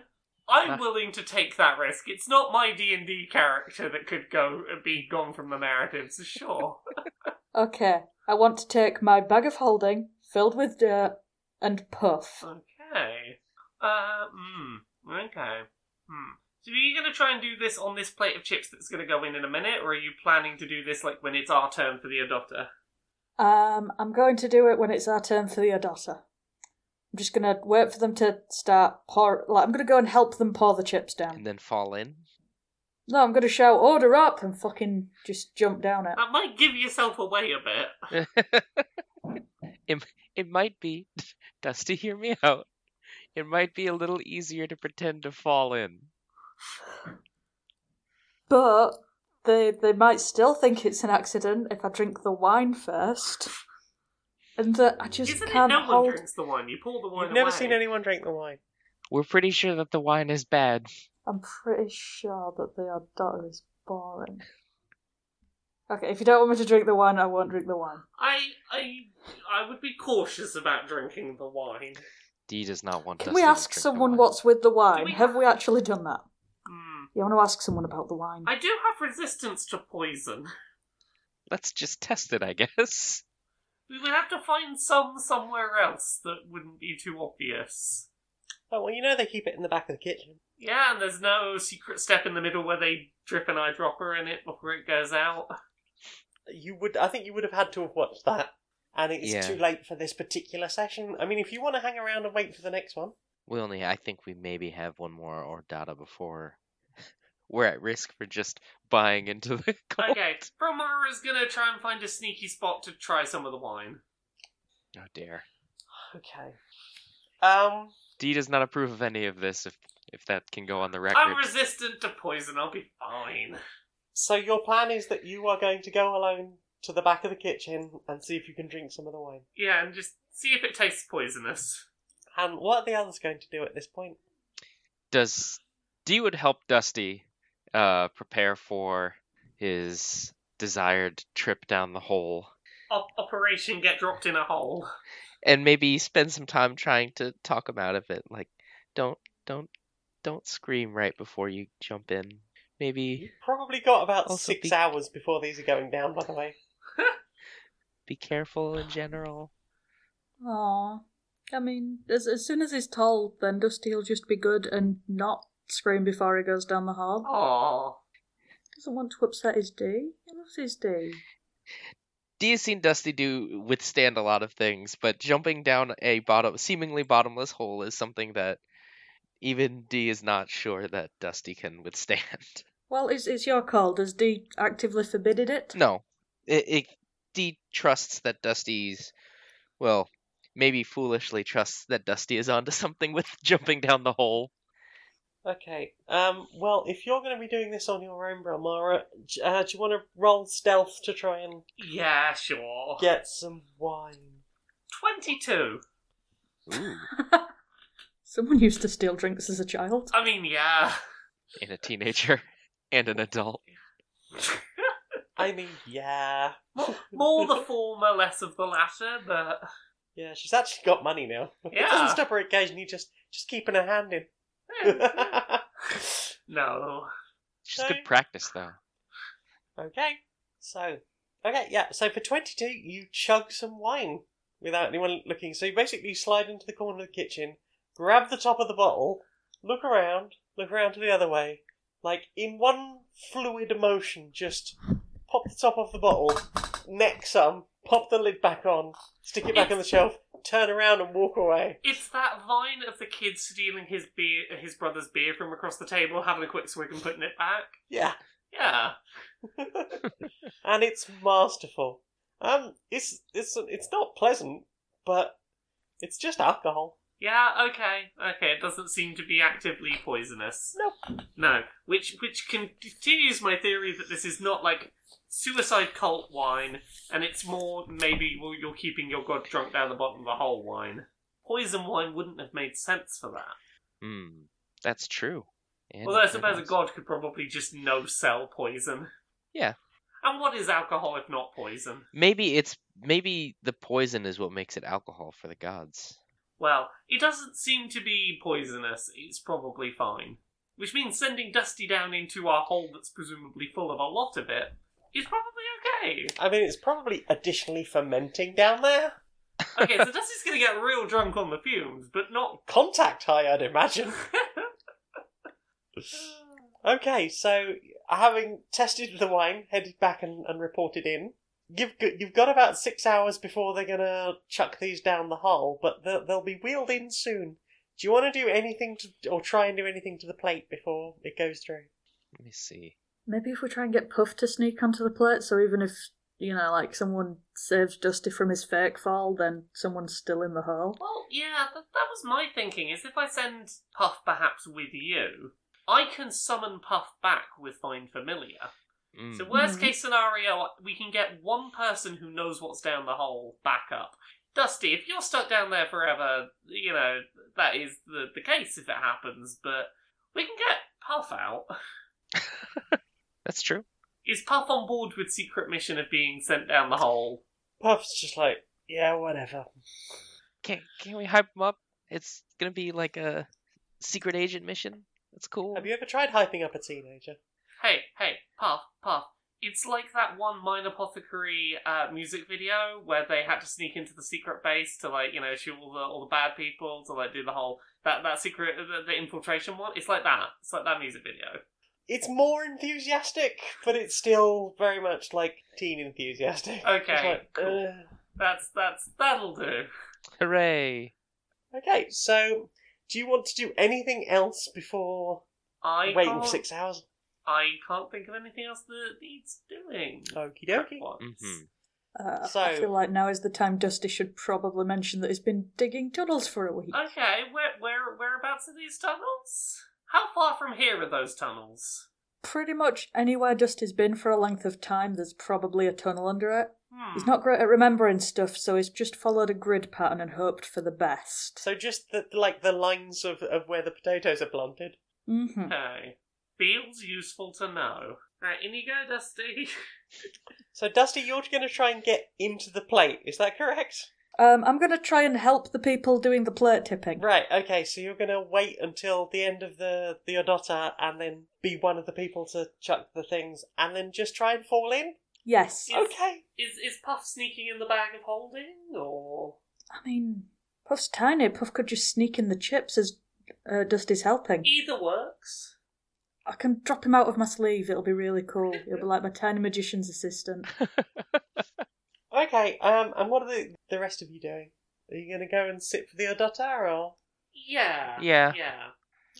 I'm
Uh.
willing to take that risk. It's not my D and D character that could go be gone from the narrative, so sure.
Okay, I want to take my bag of holding filled with dirt and puff.
okay. Uh, mm, okay. Hmm. So are you going to try and do this on this plate of chips that's going to go in in a minute, or are you planning to do this like when it's our turn for the adopter?
Um, I'm going to do it when it's our turn for the Adata. I'm just gonna wait for them to start pour. Like, I'm gonna go and help them pour the chips down.
and then fall in.
No, I'm gonna shout "Order up!" and fucking just jump down it.
That might give yourself away a bit.
it, it might be, Dusty, hear me out. It might be a little easier to pretend to fall in.
But they they might still think it's an accident if I drink the wine first, and that I just
Isn't
can't
it no
hold.
one drinks the wine? You pour the wine
You've never
away.
seen anyone drink the wine.
We're pretty sure that the wine is bad.
I'm pretty sure that the Adata is boring. Okay, if you don't want me to drink the wine, I won't drink the wine.
I, I, I would be cautious about drinking the wine.
D does not want
Can
Dusty
we
to
ask
drink the
someone
wine.
what's with the wine?
we-
Have we actually done that?
Hmm.
You want to ask someone about the wine?
I do have resistance to poison.
Let's just test it, I guess.
We would have to find some somewhere else that wouldn't be too obvious.
Oh well, you know they keep it in the back of the kitchen.
Yeah, and there's no secret step in the middle where they drip an eyedropper in it before it goes out.
You would, I think, you would have had to have watched that, and it's
Yeah.
too late for this particular session. I mean, if you want to hang around and wait for the next one,
We only, I think we maybe have one more or data before we're at risk for just buying into the cult.
Okay, Bromara is gonna try and find a sneaky spot to try some of the wine.
Oh dear.
okay. Um,
D does not approve of any of this. If if that can go on the record.
I'm resistant to poison, I'll be fine.
so your plan is that you are going to go alone to the back of the kitchen and see if you can drink some of the wine.
Yeah, and just see if it tastes poisonous.
And what are the others going to do at this point?
does D would help Dusty uh, prepare for his desired trip down the hole,
Op- Operation Get Dropped in a Hole.
and maybe spend some time trying to talk him out of it. Like, don't, don't, don't scream right before you jump in. Maybe
Probably got about
Also
six
be-
hours before these are going down. By the way,
be careful in general.
Aww. I mean, as, as soon as he's tall, then Dusty will just be good and not scream before he goes down the hall.
Oh,
Doesn't want to upset his day. He loves his day.
Dea's seen Dusty do withstand a lot of things, but jumping down a bottom, seemingly bottomless hole is something that even Dee is not sure that Dusty can withstand.
Well, it's, it's your call. Does D actively forbidded it?
no, it, it Dee trusts that Dusty's, well, maybe foolishly trusts that Dusty is onto something with jumping down the hole.
Okay. Um. Well, if you're going to be doing this on your own, Bramara, j- uh, do you want to roll stealth to try and
yeah, sure.
get some wine?
22.
Ooh,
Someone used to steal drinks as a child.
I mean, yeah.
In a teenager and an adult.
I mean, yeah,
More, more the former, less of the latter, but.
yeah. She's actually got money now. It
Yeah.
doesn't stop her occasionally just just keeping her hand in.
eh, no.
She's good practice though.
okay. So, okay, yeah. So for twenty-two, you chug some wine without anyone looking. So you basically slide into the corner of the kitchen, grab the top of the bottle, look around, look around to the other way, like in one fluid motion, just pop the top off the bottle, neck some, pop the lid back on, stick it back on the shelf, turn around and walk away.
It's that vine of the kid stealing his beer, his brother's beer from across the table, having a quick swig and putting it back.
Yeah.
Yeah.
and it's masterful. Um, it's it's it's not pleasant, but it's just alcohol.
Yeah, okay. Okay, it doesn't seem to be actively poisonous.
Nope.
No. Which which continues my theory that this is not like suicide cult wine, and it's more maybe well, you're keeping your god drunk down the bottom of the hole wine. Poison wine wouldn't have made sense for that.
Hmm, that's true. And
Although I
it
suppose a
is.
god could probably just no sell poison.
Yeah.
And what is alcohol if not poison?
Maybe it's maybe the poison is what makes it alcohol for the gods.
Well, it doesn't seem to be poisonous. It's probably fine. Which means sending Dusty down into our hole that's presumably full of a lot of it is probably okay.
I mean, it's probably additionally fermenting down there.
Okay, so Dusty's gonna get real drunk on the fumes, but not.
Contact high, I'd imagine. okay, so having tested the wine, headed back and, and reported in. You've got, you've got about six hours before they're gonna chuck these down the hole, but they'll, they'll be wheeled in soon. Do you want to do anything to, or try and do anything to the plate before it goes through?
Let me see.
Maybe if we try and get Puff to sneak onto the plate, so even if, you know, like someone saves Dusty from his fake fall, then someone's still in the hole.
Well, yeah, that, that was my thinking. Is if I send Puff perhaps with you, I can summon Puff back with Find Familiar.
Mm.
So
Hmm.
worst
Mhm.
case scenario, we can get one person who knows what's down the hole back up. Dusty, if you're stuck down there forever, you know that is the the case if it happens. But we can get Puff out.
That's true.
Is Puff on board with secret mission of being sent down the hole?
Puff's just like, yeah, whatever.
Can can we hype them up? It's gonna be like a secret agent mission. That's cool.
Have you ever tried hyping up a teenager?
Hey, hey, Puff, Puff. It's like that one Mine Apothecary uh, music video where they had to sneak into the secret base to like you know shoot all the all the bad people to like do the whole that that secret the, the infiltration one. It's like that. It's like that music video.
It's more enthusiastic, but it's still very much like teen enthusiastic.
Okay,
It's like, uh,
cool.
"Ugh."
That's that's that'll do.
Hooray!
Okay, so do you want to do anything else before
I
waiting
can't,
for six hours?
I can't think of anything else that needs doing.
Okie dokie.
Once.
Mhm.
Uh, I
So-
feel like now is the time Dusty should probably mention that he's been digging tunnels for a week.
Okay, where where whereabouts are these tunnels? How far from here are those tunnels?
Pretty much anywhere Dusty's been for a length of time, there's probably a tunnel under it.
Hmm.
He's not great at remembering stuff, so he's just followed a grid pattern and hoped for the best.
So just the like the lines of, of where the potatoes are planted.
hmm
Okay. Feels useful to know. Right, in you go, Dusty.
So Dusty, you're going to try and get into the plate. Is that correct?
Um, I'm going to try and help the people doing the plate tipping.
Right. Okay. So you're going to wait until the end of the the odotta, and then be one of the people to chuck the things, and then just try and fall in.
Yes.
Yes.
Okay.
Is is Puff sneaking in the bag of holding or
I mean, Puff's tiny. Puff could just sneak in the chips as uh, Dusty's helping.
Either works.
I can drop him out of my sleeve. It'll be really cool. He'll be like my tiny magician's assistant.
Okay, um, and what are the, the rest of you doing? Are you going to go and sit for the Odotar or?
Yeah.
Yeah.
Yeah.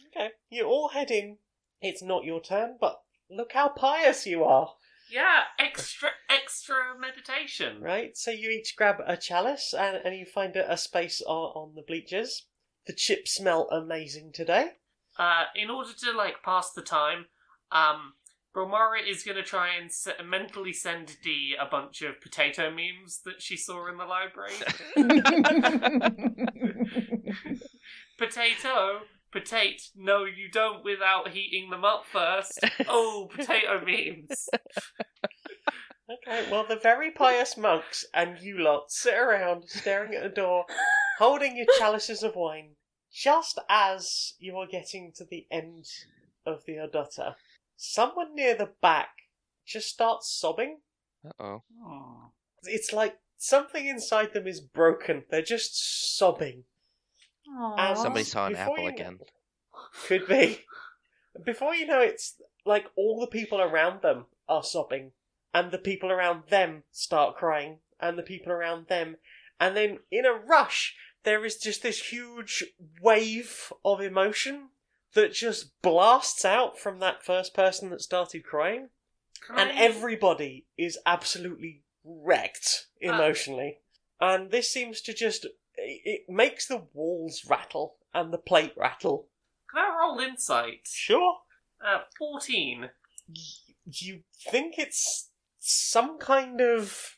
Okay, you all head in. It's not your turn, but look how pious you are,
Yeah. Extra extra meditation.
right? So you each grab a chalice and, and you find a, a space on, on the bleachers. The chips smell amazing today.
Uh, in order to like pass the time, um, Bromara is gonna try and se- mentally send Dee a bunch of potato memes that she saw in the library. potato, potato. No, you don't. Without heating them up first. Oh, potato memes.
Okay, Oh, well, the very pious monks and you lot sit around staring at the door, holding your chalices of wine, just as you are getting to the end of the Odotter. Someone near the back just starts sobbing.
oh.
Hmm.
It's like something inside them is broken. They're just sobbing.
Aw.
Somebody saw an
Before
apple
you-
again.
Could be. Before you know it, it's like all the people around them are sobbing, and the people around them start crying, and the people around them, and then in a rush, there is just this huge wave of emotion that just blasts out from that first person that started crying, and everybody is absolutely wrecked emotionally. And this seems to just. It it makes the walls rattle and the plate rattle.
Can I roll insight?
Sure.
Uh, fourteen.
you think it's some kind of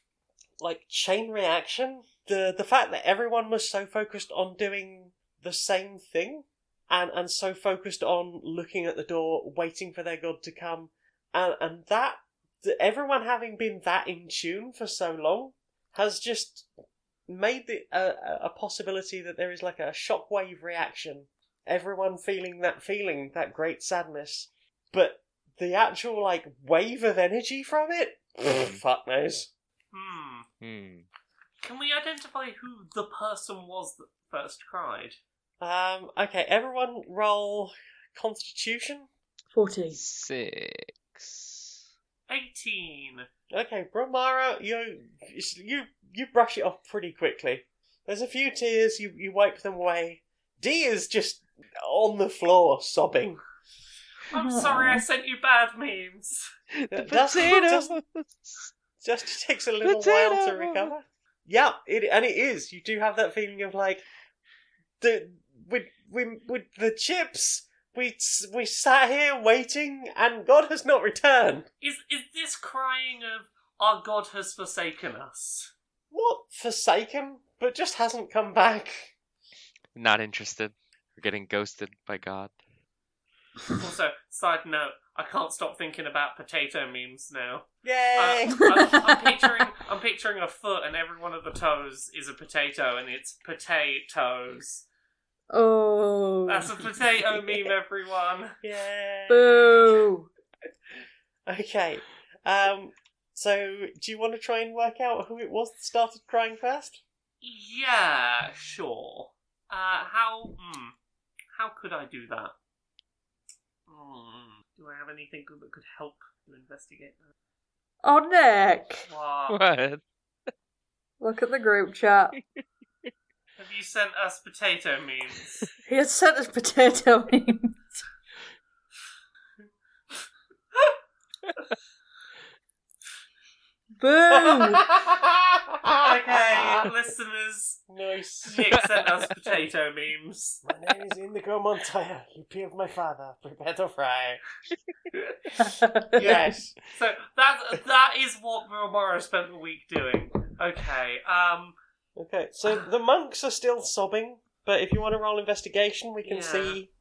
like chain reaction the the fact that everyone was so focused on doing the same thing and and so focused on looking at the door waiting for their god to come and and that that everyone having been that in tune for so long has just made the a a- a possibility that there is like a shockwave reaction everyone feeling that feeling that great sadness but the actual like wave of energy from it, fuck knows.
Hmm.
Hmm.
Can we identify who the person was that first cried?
Um, okay, everyone roll Constitution.
14.
Six.
Eighteen.
Okay, Bromara, you you you brush it off pretty quickly. There's a few tears, you you wipe them away. D is just on the floor sobbing.
I'm
Aw.
sorry I sent you bad memes.
The
does-
potatoes!
Just takes a little while to
Potato.
recover. Yeah, it and it is. You do have that feeling of like the with with, with the chips. We s- we sat here waiting, and God has not returned.
Is is this crying of our God has forsaken us?
Not forsaken, but just hasn't come back.
Not interested. We're getting ghosted by God.
also, side note, I can't stop thinking about potato memes now. Uh,
Yay!
I'm, I'm picturing I'm picturing a foot and every one of the toes is a potato and it's potatoes.
Oh.
That's a potato meme, everyone.
Yay!
Boo.
Okay. Um. So, do you want to try and work out who it was that started crying first?
Yeah, sure. Uh, how? Mm, how could I do that? Mm, do I have anything good that could help to investigate that?
Oh, Nick.
Oh.
What?
What?
Look at the group chat.
Have you sent us potato memes?
He has sent us potato memes. Boo.
okay, listeners,
Nice.
Nick sent us potato memes.
My name is Indigo Montoya. You peeled my father. Prepare to fry. Yes.
So that that is what Romara spent the week doing. Okay. Um.
okay, so the monks are still sobbing, but if you want to roll investigation, we can
Yeah.
see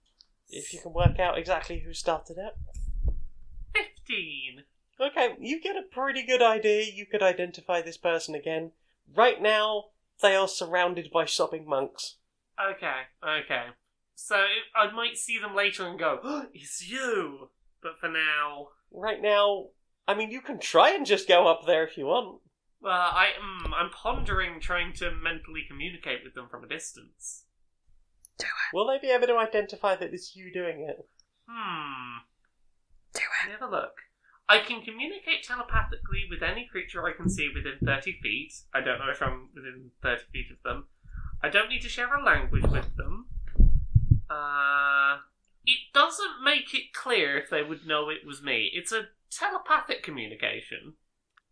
if you can work out exactly who started it.
Fifteen.
Okay, you get a pretty good idea. You could identify this person again. Right now, they are surrounded by sobbing monks.
Okay, okay. So I might see them later and go, "Oh, "It's you," but for now,
Right now, I mean, you can try and just go up there if you want.
Well, I, mm, I'm pondering trying to mentally communicate with them from a distance.
Will they be able to identify that it's you doing it?
Hmm.
Do
Let me have a look. I can communicate telepathically with any creature I can see within 30 feet. I don't know if I'm within 30 feet of them. I don't need to share a language with them. Uh, it doesn't make it clear if they would know it was me. It's a telepathic communication.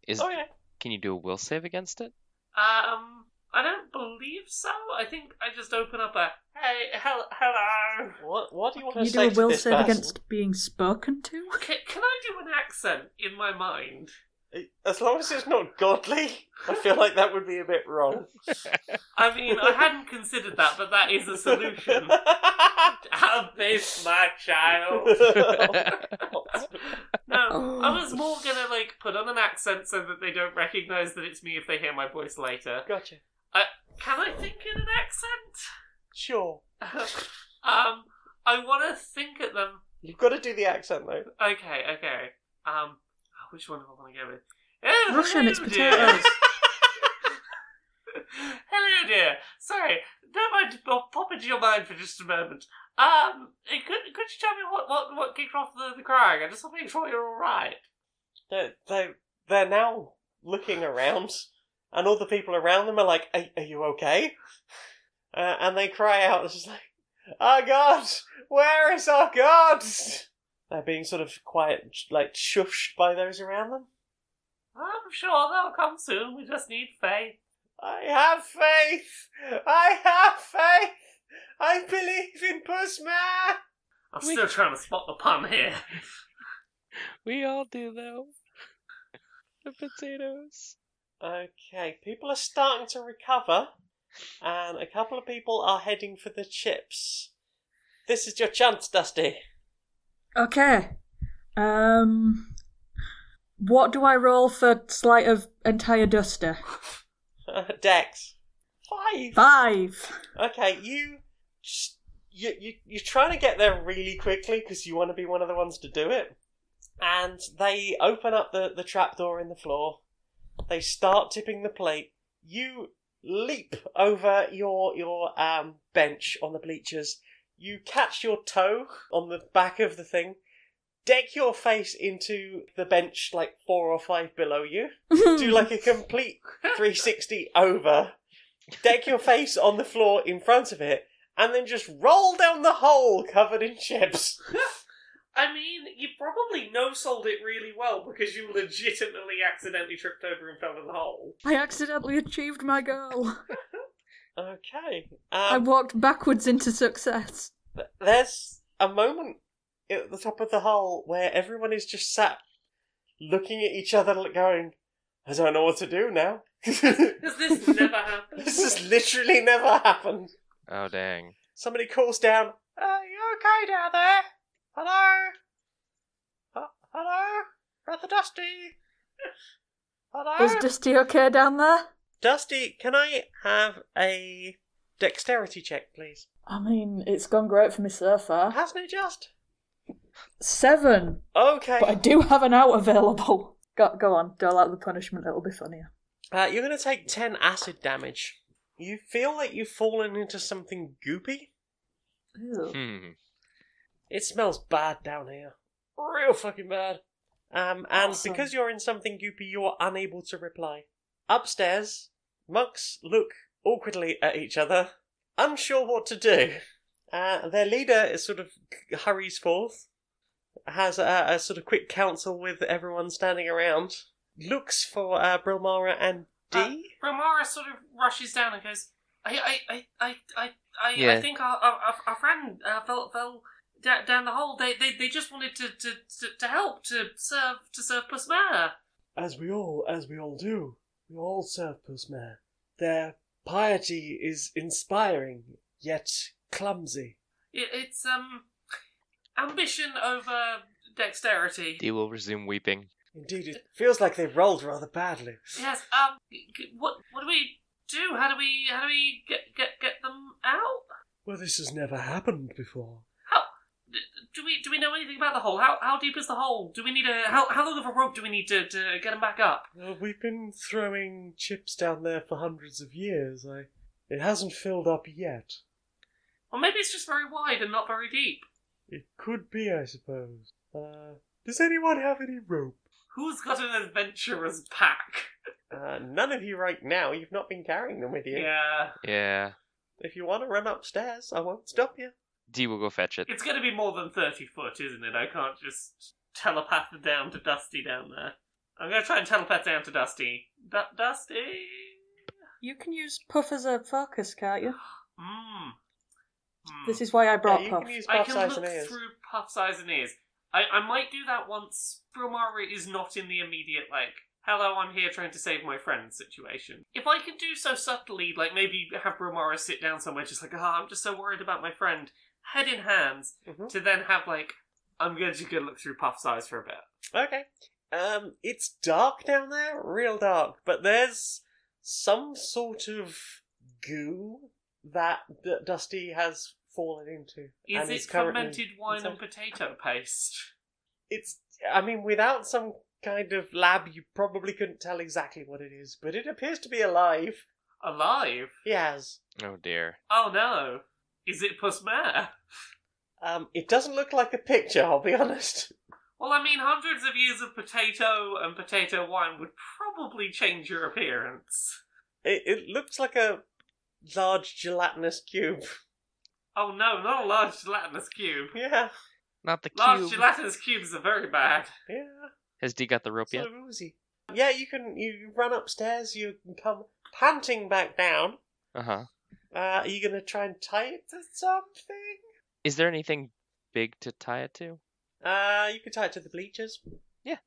Is
Oh yeah.
can you do a will save against it?
Um, I don't believe so. I think I just open up a hey, hel- hello.
What What do you want
Can
to
you do
say
a
to
will
this
save
person?
against being spoken to?
Can, can I do an accent in my mind?
As long as it's not godly, I feel like that would be a bit wrong.
I mean, I hadn't considered that, but that is a solution. I miss my child. No, I was more gonna like put on an accent so that they don't recognize that it's me if they hear my voice later.
gotcha.
Can I think in an accent?
Sure.
um, I want to think at them.
You've got to do the accent though.
Okay, okay. Um, oh, which one do I want to go with? Oh,
Russian,
hello,
it's
dear.
potatoes.
hello, dear. Sorry, don't mind. I'll pop into your mind for just a moment. Um, eh, could could you tell me what what what kicked off the, the crying? I just want to make sure you're all right.
They they they're now looking around, and all the people around them are like, "Are, are you okay?" Uh, and they cry out, "It's just like, our God, where is our God?" They're being sort of quiet, like shushed by those around them.
I'm sure they'll come soon. We just need faith.
I have faith. I have faith. I believe in Pusma.
I'm
We-
still trying to spot the pun here.
We all do though. the potatoes.
Okay, people are starting to recover, and a couple of people are heading for the chips. This is your chance, Dusty.
Okay. Um, what do I roll for sleight of entire duster?
Dex. Five.
Five.
Okay, you, s- you, you, you're trying to get there really quickly because you want to be one of the ones to do it. And they open up the, the trapdoor in the floor. They start tipping the plate. You leap over your your um bench on the bleachers. You catch your toe on the back of the thing. Deck your face into the bench like four or five below you do like a complete 360 over, deck your face on the floor in front of it, and then just roll down the hole covered in chips.
I mean, you probably no sold it really well because you legitimately accidentally tripped over and fell in the hole.
I accidentally achieved my goal.
Okay.
I
Um,
walked backwards into success.
th- there's a moment at the top of the hole where everyone is just sat looking at each other, like, going, I don't know what to do now. this
Has this never happened?
has literally never happened.
Oh dang.
Somebody calls down, Are you okay down there? Hello? H- hello? Brother Dusty?
Is
Hello?
Dusty okay down there?
Dusty, can I have a dexterity check, please?
I mean, it's gone great for me so far.
Hasn't it just?
Seven.
Okay.
But I do have an out available. Go, go on, dole out the punishment, it'll be funnier.
Uh, you're going to take 10 acid damage. You feel that you've fallen into something goopy.
Hmm.
It smells bad down here. Real fucking bad. Um, and
Awesome.
because you're in something goopy, you are unable to reply. Upstairs, monks look awkwardly at each other, unsure what to do. Uh, their leader is sort of hurries forth, has a, a sort of quick council with everyone standing around, looks for uh, Brilmara and D.
Uh, Romara sort of rushes down and goes, I, I, I, I, I, I, I
Yeah.
think our, our, our- our friend uh, fell, fell da- down the hole. They, they, they just wanted to, to, to, to help, to serve, to serve Plasmara.
as we all as we all do we all serve Pusmare. their piety is inspiring yet clumsy
It, it's, um, ambition over dexterity.
D will resume weeping.
indeed it feels like they rolled rather badly
Yes. Um. g- g- What What do we do? How do we How do we get get get them out?
well this has never happened before
Do we Do we know any, anything about the hole. How how deep is the hole? Do we need a how how long of a rope do we need to, to get him back up?
Well, we've been throwing chips down there for hundreds of years. I, it hasn't filled up yet.
Or maybe it's just very wide and not very deep.
It could be, I suppose. Uh, does anyone have any rope?
Who's got an adventurer's pack?
Uh, none of you right now. You've not been carrying them with you.
Yeah,
Yeah.
If you want to run upstairs, I won't stop you.
D will go fetch it.
it's going to be more than thirty foot, isn't it? I can't just telepath down to Dusty down there. I'm going to try and telepath down to Dusty. Du Dusty.
You can use Puff as a focus, can't you?
Mmm. Mm.
This is why I brought
yeah, you
Puff.
can use
I
puff
can
size
look
and ears.
through Puff's eyes and ears. I, I might do that once Bromara is not in the immediate, like, hello, I'm here trying to save my friend situation. If I can do so subtly, like maybe have Bromara sit down somewhere, just like, ah, I'm just so worried about my friend, head in hands,
Mhm.
to then have, like, I'm going to go look through Puff's eyes for a bit.
Okay. Um, it's dark down there, real dark, but there's some sort of goo that D- Dusty has fallen into.
Is
and
it
currently
fermented wine
inside.
and potato paste?
It's. I mean, without some kind of lab, you probably couldn't tell exactly what it is, but it appears to be alive.
Alive?
Yes.
Oh dear.
Oh no. Is it Puss Mare?
Um, it doesn't look like a picture. I'll be honest.
Well, I mean, hundreds of years of potato and potato wine would probably change your appearance.
It, it looks like a large gelatinous cube.
Oh no, not a large gelatinous cube.
Yeah.
Not the
Large
cube.
gelatinous cubes are very bad.
Yeah.
Has D got the rope yet?
Sort of oozy. Yeah, you can you run upstairs. You can come panting back down.
Uh huh.
Uh, are you gonna try and tie it to something?
Is there anything big to tie it to?
Uh, you can tie it to the bleachers.
Yeah.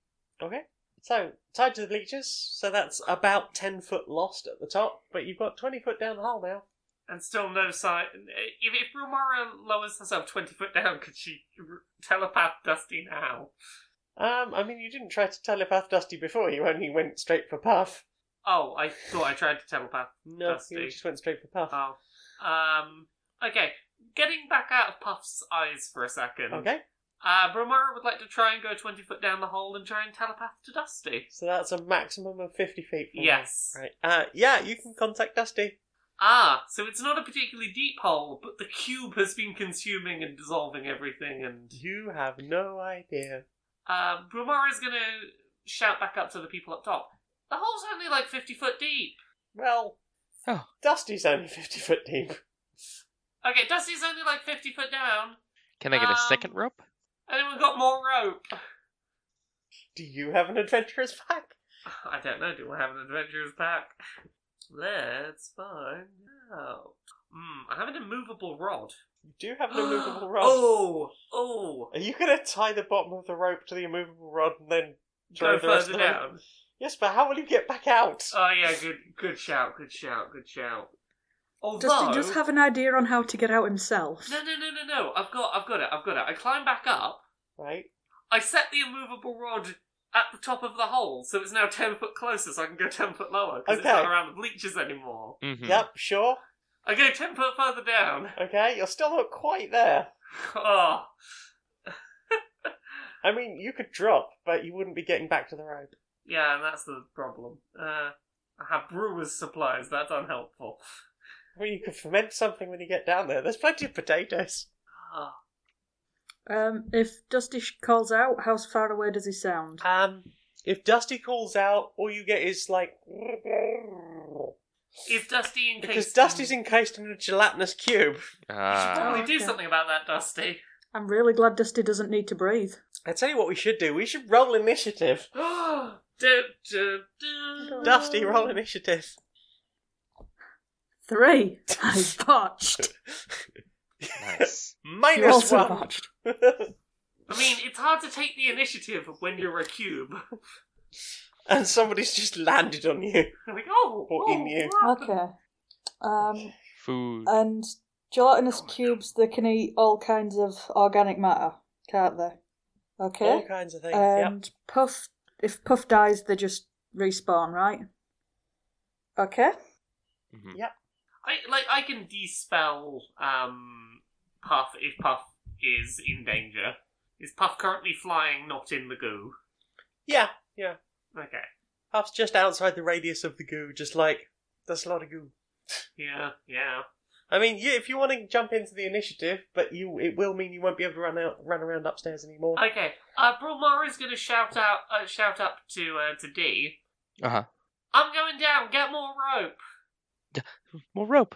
Okay. So tied to the bleachers. So that's about ten foot lost at the top, but you've got twenty foot down the hole now.
And still no sign. If, if Rumara lowers herself 20 foot down, could she r- telepath Dusty now?
Um, I mean, you didn't try to telepath Dusty before. You only went straight for Puff.
Oh, I thought I tried to telepath.
No, you
Dusty.
just went straight for Puff.
Oh. Um, okay. Getting back out of Puff's eyes for a second.
Okay.
Uh, Bromara would like to try and go 20 foot down the hole and try and telepath to Dusty.
So that's a maximum of fifty feet. from
Yes.
there. Oh, Right. Uh, yeah, you can contact Dusty.
Ah, so it's not a particularly deep hole, but the cube has been consuming and dissolving everything, and
You have no idea.
uh, Brumara's gonna shout back up to the people up top. The hole's only like fifty foot deep.
Well,
Oh.
Dusty's only 50 foot deep.
Okay, Dusty's only like fifty foot down.
Can I get a second
Um,
rope?
Anyone got more rope?
Do you have an adventurer's pack?
I don't know. Do I have an adventurer's pack? Let's find out. Hmm, I have an immovable rod.
You do have an immovable rod.
Oh, oh.
Are you going to tie the bottom of the rope to the immovable rod and then throw
Go
the rest of
further
them?
down.
Yes, but how will you get back out?
Oh yeah, good, good shout, good shout, good shout. Although,
Dusty does have an idea on how to get out himself.
no, no, no, no, no. I've got, I've got it, I've got it. I climb back up.
right?
I set the immovable rod at the top of the hole, so it's now ten foot closer, so I can go ten foot lower because it's
Okay.
not around the bleachers anymore.
Mm-hmm.
Hmm.
Yep, sure.
I go ten foot further down.
Okay, you're still not quite there.
Oh,
I mean, you could drop, but you wouldn't be getting back to the rope.
yeah, and that's the problem. Uh, I have brewer's supplies. That's unhelpful.
I mean, you could ferment something when you get down there. There's plenty of potatoes.
Oh.
Um, if Dusty sh- calls out, how far away does he sound?
Um, if Dusty calls out, all you get is like.
Is Dusty encased?
Because Dusty's encased in a gelatinous cube.
You should
Ah.
probably
Oh,
do
okay.
something about that, Dusty.
I'm really glad Dusty doesn't need to breathe.
I tell you what we should do. We should roll initiative.
do, do, do.
Dusty,
Um,
roll initiative.
Three. I botched.
Nice.
You
Minus
also
one.
botched.
I mean, it's hard to take the initiative when you're a cube.
and somebody's just landed on you.
like, oh,
Or
oh,
in you.
what?
Okay. Um,
Food.
and gelatinous cubes, they can eat all kinds of organic matter, can't they?
All
Okay. Um,
kinds of things. yep.
And Puff, if Puff dies, they just respawn, right? Okay.
Mhm.
I like I can dispel um Puff if Puff is in danger. Is Puff currently flying not in the goo?
Yeah, yeah.
Okay.
Puff's just outside the radius of the goo, just like, that's a lot of goo.
Yeah, yeah.
I mean, yeah, if you want to jump into the initiative, but you it will mean you won't be able to run out, run around upstairs anymore.
Okay. Uh, Brulmar is going to shout out, uh, shout up to uh, to D.
Uh huh.
I'm going down. Get more rope.
More rope.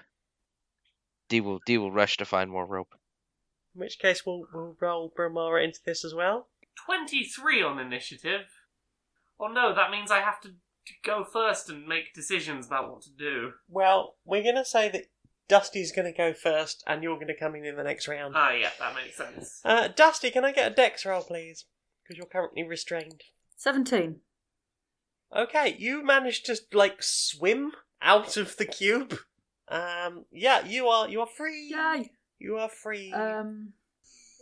D will D will rush to find more rope.
In which case, we'll we'll roll Bromara into this as well.
Twenty three on initiative. Oh no, that means I have to go first and make decisions about what to do.
Well, we're gonna say that Dusty's gonna go first, and you're gonna come in in the next round.
Ah, yeah, that makes sense.
Uh, Dusty, can I get a Dex roll, please? Because you're currently restrained.
17.
Okay, you managed to like swim out of the cube. Um, yeah, you are you are free.
Yay!
You are free.
Um,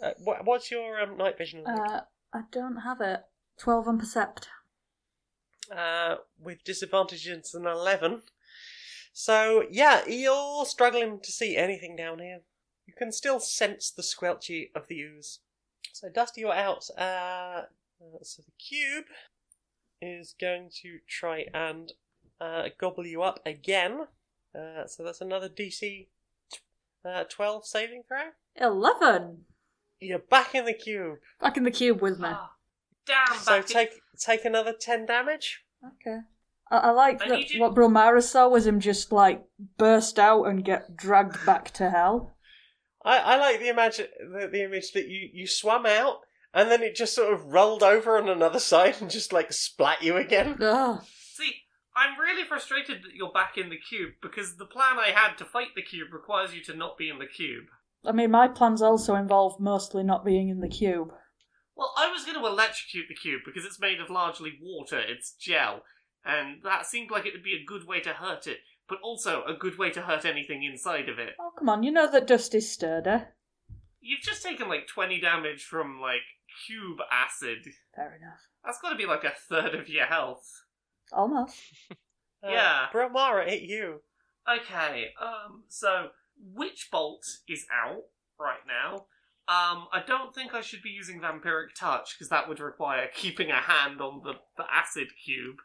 Uh, wha- what's your um, night vision? like?
uh, I don't have it. 12 on Percept.
uh, with disadvantages and 11. So, yeah, you're struggling to see anything down here. You can still sense the squelchy of the ooze. So, Dusty, you're out. Uh, so, the cube is going to try and uh, gobble you up again. Uh, so, that's another DC uh, 12 saving throw.
11!
You're back in the cube.
Back in the cube with me.
Ah, damn,
So,
back in-
take, take another 10 damage.
Okay. I, I like
But
that
you did-
what Bromara saw was him just like burst out and get dragged back to hell.
I, I like the imagine the, the image that you, you swam out and then it just sort of rolled over on another side and just like splat you again.
Ugh.
See, I'm really frustrated that you're back in the cube because the plan I had to fight the cube requires you to not be in the cube.
I mean, my plans also involved mostly not being in the cube.
Well, I was going to electrocute the cube because it's made of largely water, it's gel, and that seemed like it would be a good way to hurt it, but also a good way to hurt anything inside of it.
Oh, come on, you know that Dusty's sturdy.
You've just taken like 20 damage from like cube acid.
Fair enough.
That's got to be like a third of your health.
Almost.
Yeah.
Bromara hit you.
Okay, um, so Witch Bolt is out right now. Um, I don't think I should be using Vampiric Touch because that would require keeping a hand on the, the acid cube,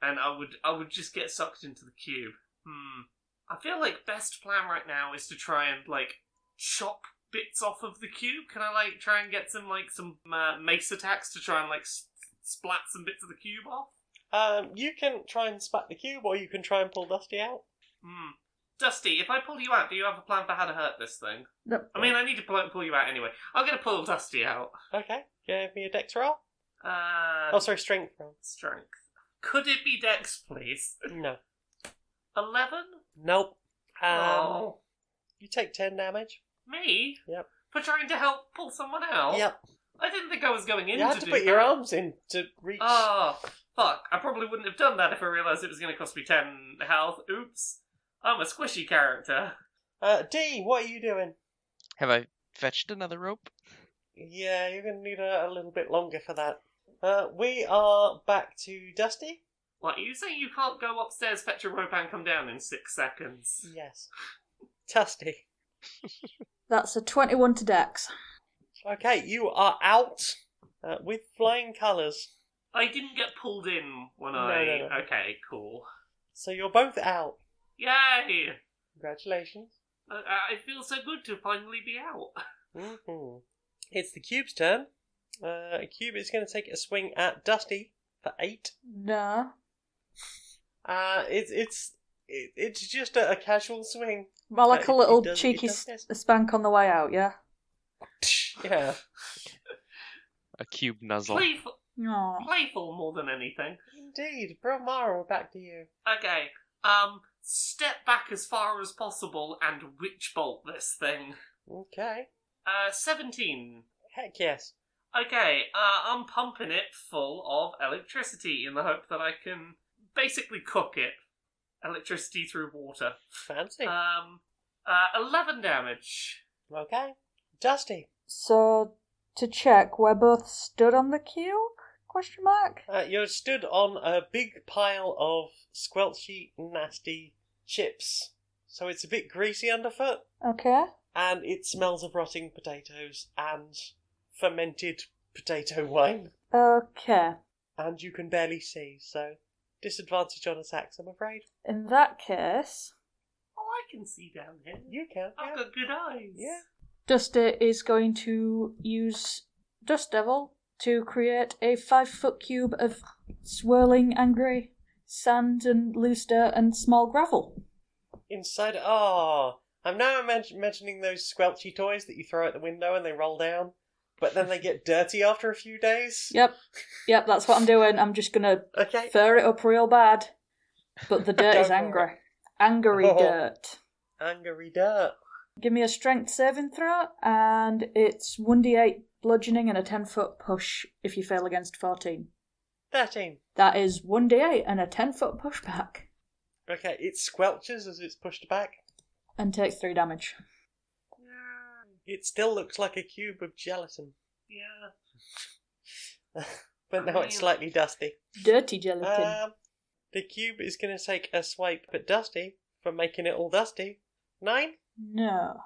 and I would I would just get sucked into the cube. Hmm. I feel like best plan right now is to try and like chop bits off of the cube. Can I like try and get some like some uh, mace attacks to try and like s- splat some bits of the cube off?
Um, you can try and spat the cube or you can try and pull Dusty out.
Hmm. Dusty, if I pull you out, do you have a plan for how to hurt this thing?
Nope.
I mean, I need to pull, pull you out anyway. I'm gonna pull Dusty out.
Okay, give me a dex roll.
Uh,
Oh, sorry, strength roll.
strength. Could it be Dex, please?
No.
Eleven.
Nope. Um,
oh,
You take 10 damage.
me?
yep.
For trying to help pull someone out.
Yep.
I didn't think I was going in
You had
Oh. to
to
do
put your
that.
arms in to reach.
Oh, fuck! I probably wouldn't have done that if I realised it was going to cost me ten health. Oops. I'm a squishy character.
Uh, D, what are you doing?
Have I fetched another rope?
Yeah, you're going to need a, a little bit longer for that. Uh, we are back to Dusty.
What, you saying you can't go upstairs, fetch a rope, and come down in six seconds?
Yes. Dusty.
That's a 21 to Dex.
Okay, you are out uh, with flying colours.
I didn't get pulled in when
No,
I.
no, no.
Okay, cool.
So you're both out.
Yay!
Congratulations.
Uh, uh, it feels so good to finally be out.
hmm It's the cube's turn. Uh, cube is going to take a swing at Dusty for eight.
No.
Uh, it's it's it, it's just a, a casual swing.
Well, like
No,
a
it-
little
it does- it
cheeky
does
s-
this.
spank on the way out, yeah?
Yeah.
A cube nuzzle.
Playful,
No.
playful more than anything.
Indeed, Bromara, back to you.
Okay. Um, step back as far as possible and witch bolt this thing.
Okay.
Uh, seventeen.
Heck yes.
Okay. Uh, I'm pumping it full of electricity in the hope that I can basically cook it. Electricity through water.
Fancy.
Um, uh, eleven damage.
okay. Dusty.
So, to check, we're both stood on the cube? Question mark?
Uh, you're stood on a big pile of squelchy, nasty chips. So it's a bit greasy underfoot,
Okay.
and it smells of rotting potatoes and fermented potato wine,
Okay.
and you can barely see, so disadvantage on attacks, I'm afraid.
In that case,
Oh, I can see down here.
You can.
I've
yeah.
got Oh, good eyes.
Yeah.
Duster is going to use Dust Devil to create a five foot cube of swirling, angry sand and loose dirt and small gravel.
Inside. Ah, I'm now imag- imagining those squelchy toys that you throw out the window and they roll down, but then they get dirty after a few days.
Yep, yep, that's what I'm doing. I'm just going to
Okay.
fur it up real bad. But the dirt
Go
is
for
angry. Angry
Oh.
dirt.
Angry dirt.
Give me a strength saving throw, and it's 1d8 bludgeoning and a 10 foot push if you fail against 14.
Thirteen.
That is 1d8 and a 10 foot push back,
Okay, it squelches as it's pushed back.
and takes 3 damage.
It still looks like a cube of gelatin,
Yeah.
but now it's slightly dusty.
Dirty gelatin.
Um, the cube is going to take a swipe at Dusty for making it all dusty. Nine?
no.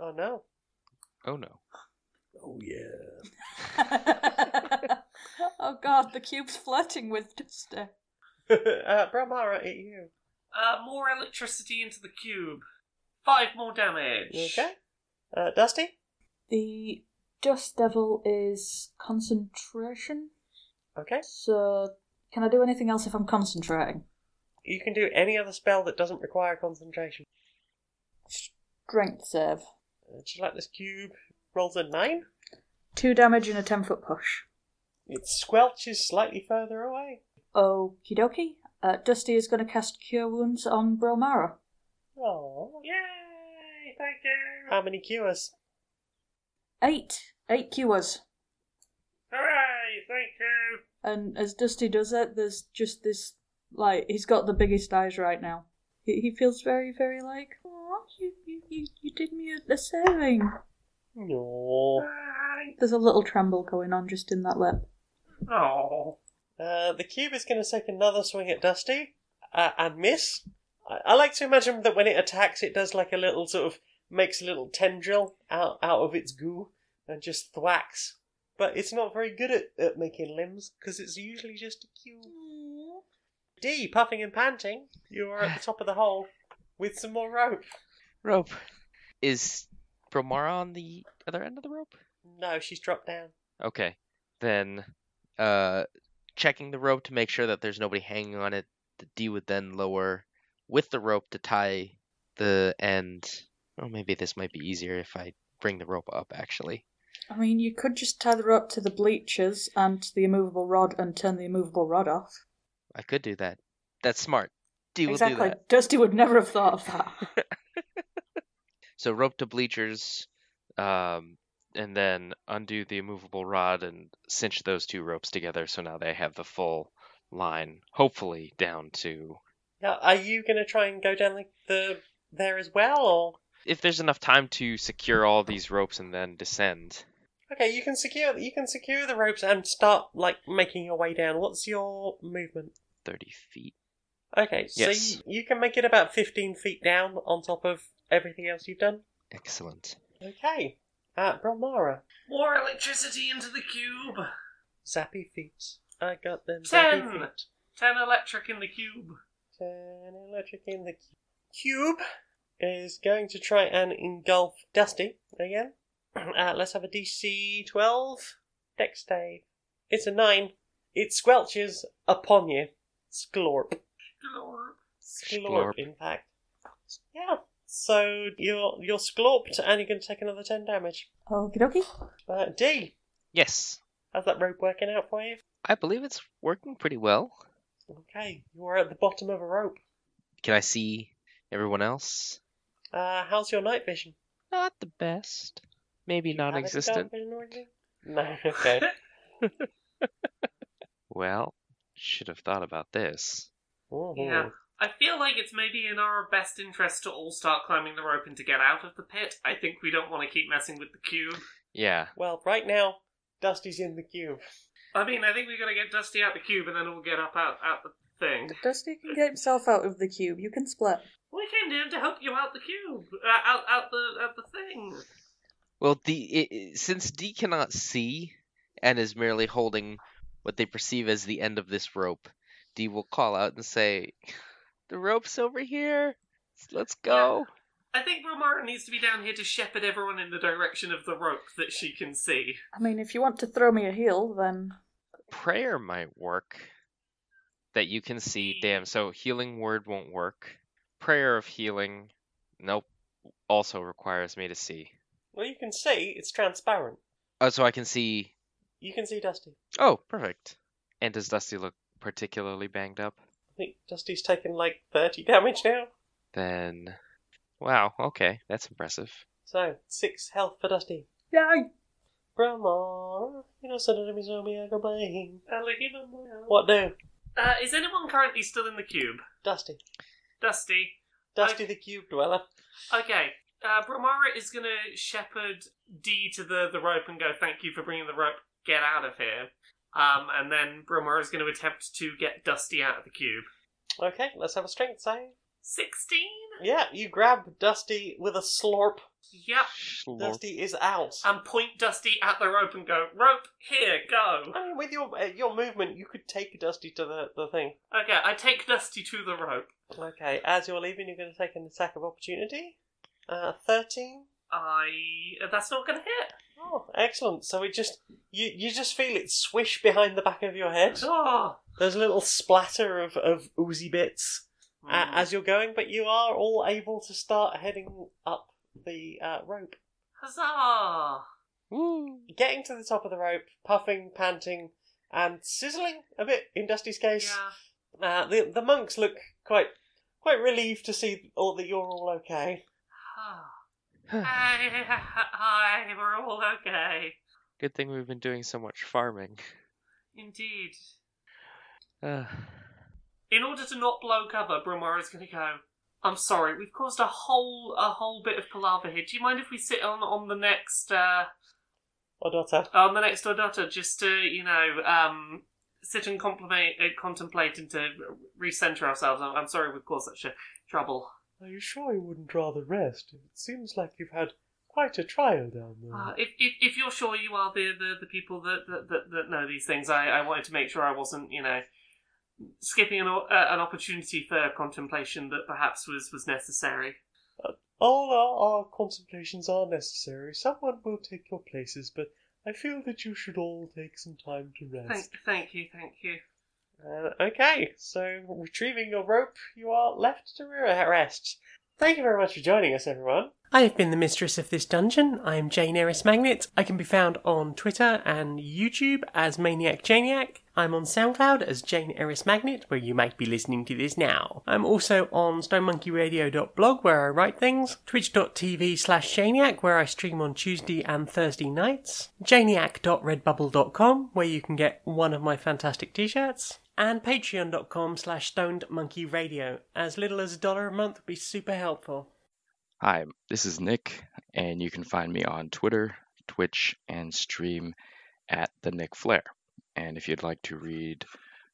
Oh no.
Oh no.
Oh, yeah.
oh god, the cube's flirting with Duster.
uh, Bramara, at you.
Uh, more electricity into the cube. Five more damage.
You okay? Uh, dusty?
The Dust Devil is concentration,
Okay.
so can I do anything else if I'm concentrating?
You can do any other spell that doesn't require concentration.
Strength save.
Uh, just like this cube rolls a nine,
2 damage and a 10 foot push.
it squelches slightly further away.
Okie dokie. Uh, Dusty is going to cast Cure Wounds on Bromara.
Oh.
Yay! Thank you.
How many cures?
Eight. Eight cures.
Hooray! Thank you.
And as Dusty does it, there's just this, like, he's got the biggest eyes right now. He, he feels very, very like, aw, you, you, you, you did me a, a saving.
No.
Hooray.
There's a little tremble going on just in that lip.
Oh.
Uh, the cube is going to take another swing at Dusty uh, and miss. I-, I like to imagine that when it attacks, it does like a little sort of makes a little tendril out out of its goo and just thwacks. But it's not very good at, at making limbs because it's usually just a cube. D, puffing and panting, you are at the top of the hole with some more rope.
Rope. Is Bromara on the other end of the rope?
No, she's dropped down.
Okay. Then uh checking the rope to make sure that there's nobody hanging on it, the D would then lower with the rope to tie the end. Oh maybe this might be easier if I bring the rope up actually.
I mean, you could just tie the rope to the bleachers and to the immovable rod and turn the immovable rod off.
I could do that. That's smart. D will do
exactly.
that.
Dusty would never have thought of that.
So rope to bleachers,
Um, and then undo the immovable rod and cinch those two ropes together so now they have the full line, hopefully down to.
Now, are you going to try and go down the, the there as well, or
If there's enough time to secure all these ropes and then descend.
Okay, you can secure you can secure the ropes and start like making your way down. What's your movement?
30 feet.
Okay, so
Yes.
you, you can make it about fifteen feet down on top of everything else you've done.
excellent.
Okay, uh, Bromara,
More electricity into the cube.
zappy feet. I got them zappy
Ten.
feet.
Ten electric in the cube.
Ten electric in the cu- cube is going to try and engulf Dusty again. Uh, let's have a DC twelve dex save. It's a nine. It squelches upon you. Sklorp.
Glorp.
Sklorp, in fact. Yeah. So you're you're sklorped and you're going to take another ten damage.
Okie dokie.
Uh, D,
Yes.
how's that rope working out for you?
I believe it's working pretty well.
Okay, you are at the bottom of a rope.
Can I see everyone else?
Uh, how's your night vision?
Not the best. Maybe
Have any dark
non-existent.
vision or anything? No. Okay.
Well, should have thought about this.
Oh.
Ooh.
Yeah. I feel like it's maybe in our best interest to all start climbing the rope and to get out of the pit. I think we don't want to keep messing with the cube.
Yeah.
Well, right now, Dusty's in the cube.
I mean, I think we got to get Dusty out the cube and then all get up out, out the thing.
Dusty can get himself out of the cube. You can split.
We came down to help you out the cube, uh, out out the out the thing.
Well, the i i- since D cannot see and is merely holding what they perceive as the end of this rope, Dee will call out and say, The rope's over here. Let's go.
I think Romara needs to be down here to shepherd everyone in the direction of the rope that she can see.
I mean, if you want to throw me a heel, then
Prayer might work. That you can see. Damn, so healing word won't work. Prayer of healing, nope, also requires me to see.
Well, you can see it's transparent.
Oh, so I can see.
You can see Dusty.
Oh, perfect. And does Dusty look particularly banged up?
I think Dusty's taken like 30 damage now.
Then. Wow, okay, that's impressive.
So, 6 health for Dusty.
yay!
Grandma, you know, synonym is Omega Bane.
Uh, like, even more-
What do?
Uh, is anyone currently still in the cube?
Dusty.
Dusty.
Dusty the Cube Dweller.
Okay. Uh, Bromara is going to shepherd D to the, the rope and go, thank you for bringing the rope. Get out of here. Um, and then Bromara is going to attempt to get Dusty out of the cube.
Okay, let's have a strength save.
16?
Yeah, you grab Dusty with a slurp.
Yep.
Schlorp.
Dusty is out.
And point Dusty at the rope and go, rope, here, go.
I mean, with your uh, your movement, you could take Dusty to the, the thing.
Okay, I take Dusty to the rope.
Okay, as you're leaving, you're going to take an attack of opportunity. Uh, 13.
I. That's not going to hit.
Oh, excellent. So it just you you just feel it swish behind the back of your head.
Oh.
There's a little splatter of, of oozy bits a
Mm.
as you're going, but you are all able to start heading up the uh, rope.
Huzzah!
Woo.
Getting to the top of the rope, puffing, panting, and sizzling a bit in Dusty's case.
Yeah.
Uh, the the monks look quite quite relieved to see all that you're all okay.
Hi, hi, we're all okay.
Good thing we've been doing so much farming.
Indeed.
Uh,
In order to not blow cover, Bromara's going to go. I'm sorry, we've caused a whole a whole bit of palaver here. Do you mind if we sit on on the next uh,
Odotta.
on the next Odata just to you know um, sit and compliment, uh, contemplate and to recenter ourselves? I'm, I'm sorry we've caused such a trouble.
Are you sure you wouldn't rather rest? It seems like you've had quite a trial down there.
Mm.
Uh, if, if if you're sure you are the the, the people that, that, that, that know these things, I, I wanted to make sure I wasn't you know skipping an o- uh, an opportunity for contemplation that perhaps was was necessary.
All our, our contemplations are necessary. Someone will take your places, but I feel that you should all take some time to
Thank
rest.
thank you thank you.
Uh, okay, so retrieving your rope, you are left to re- rest. Thank you very much for joining us, everyone. I have been the mistress of this dungeon. I am Jane Eris Magnet. I can be found on Twitter and YouTube as Maniac Janiac. I'm on SoundCloud as Jane Eris Magnet, where you might be listening to this now. I'm also on StoneMonkeyRadio.blog, where I write things. Twitch.tv slash Janiac, where I stream on Tuesday and Thursday nights. Janiac.redbubble.com, where you can get one of my fantastic t-shirts. And patreon.com slash stoned monkey radio. As little as a dollar a month would be super helpful.
Hi, this is Nick, and you can find me on Twitter, Twitch, and stream at the Nick Flair. And if you'd like to read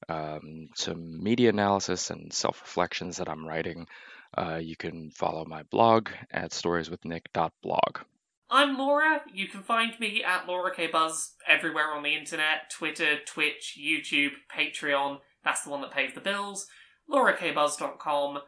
um, some media analysis and self reflections that I'm writing, uh, you can follow my blog at storieswithnick.blog.
I'm Laura. You can find me at Laura K Buzz everywhere on the internet: Twitter, Twitch, YouTube, Patreon. That's the one that pays the bills. LauraKBuzz.com. Uh,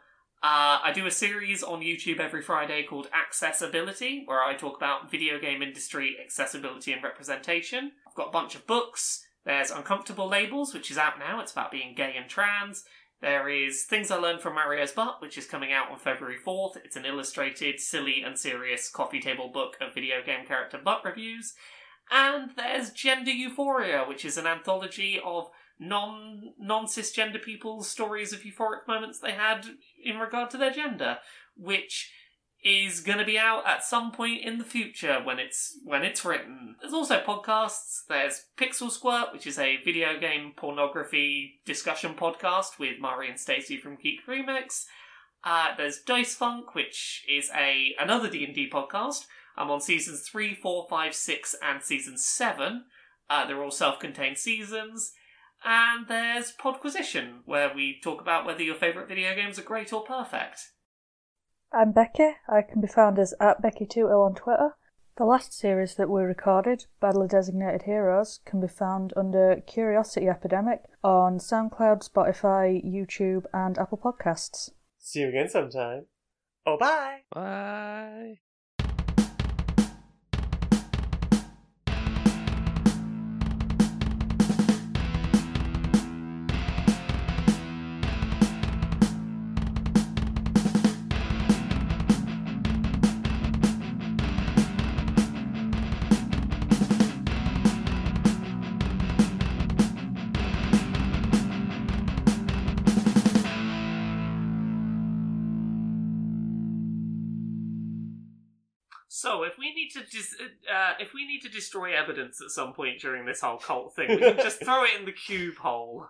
I do a series on YouTube every Friday called Accessibility, where I talk about video game industry accessibility and representation. I've got a bunch of books. There's Uncomfortable Labels, which is out now. It's about being gay and trans. There is Things I Learned from Mario's Butt, which is coming out on February 4th. It's an illustrated, silly, and serious coffee table book of video game character butt reviews. And there's Gender Euphoria, which is an anthology of non non cisgender people's stories of euphoric moments they had in regard to their gender, which is going to be out at some point in the future when it's when it's written. There's also podcasts. There's Pixel Squirt, which is a video game pornography discussion podcast with Mari and Stacey from Geek Remix. Uh, there's Dice Funk, which is a another D and D podcast. I'm on seasons three, four, five, six, and season seven. Uh, they're all self-contained seasons. And there's Podquisition, where we talk about whether your favourite video games are great or perfect.
I'm Becky. I can be found as at Becky2ill oh on Twitter. The last series that were recorded, Badly Designated Heroes, can be found under Curiosity Epidemic on SoundCloud, Spotify, YouTube, and Apple Podcasts.
See you again sometime. Oh, bye.
Bye.
So if we need to dis- uh, if we need to destroy evidence at some point during this whole cult thing, we can just throw it in the cube hole.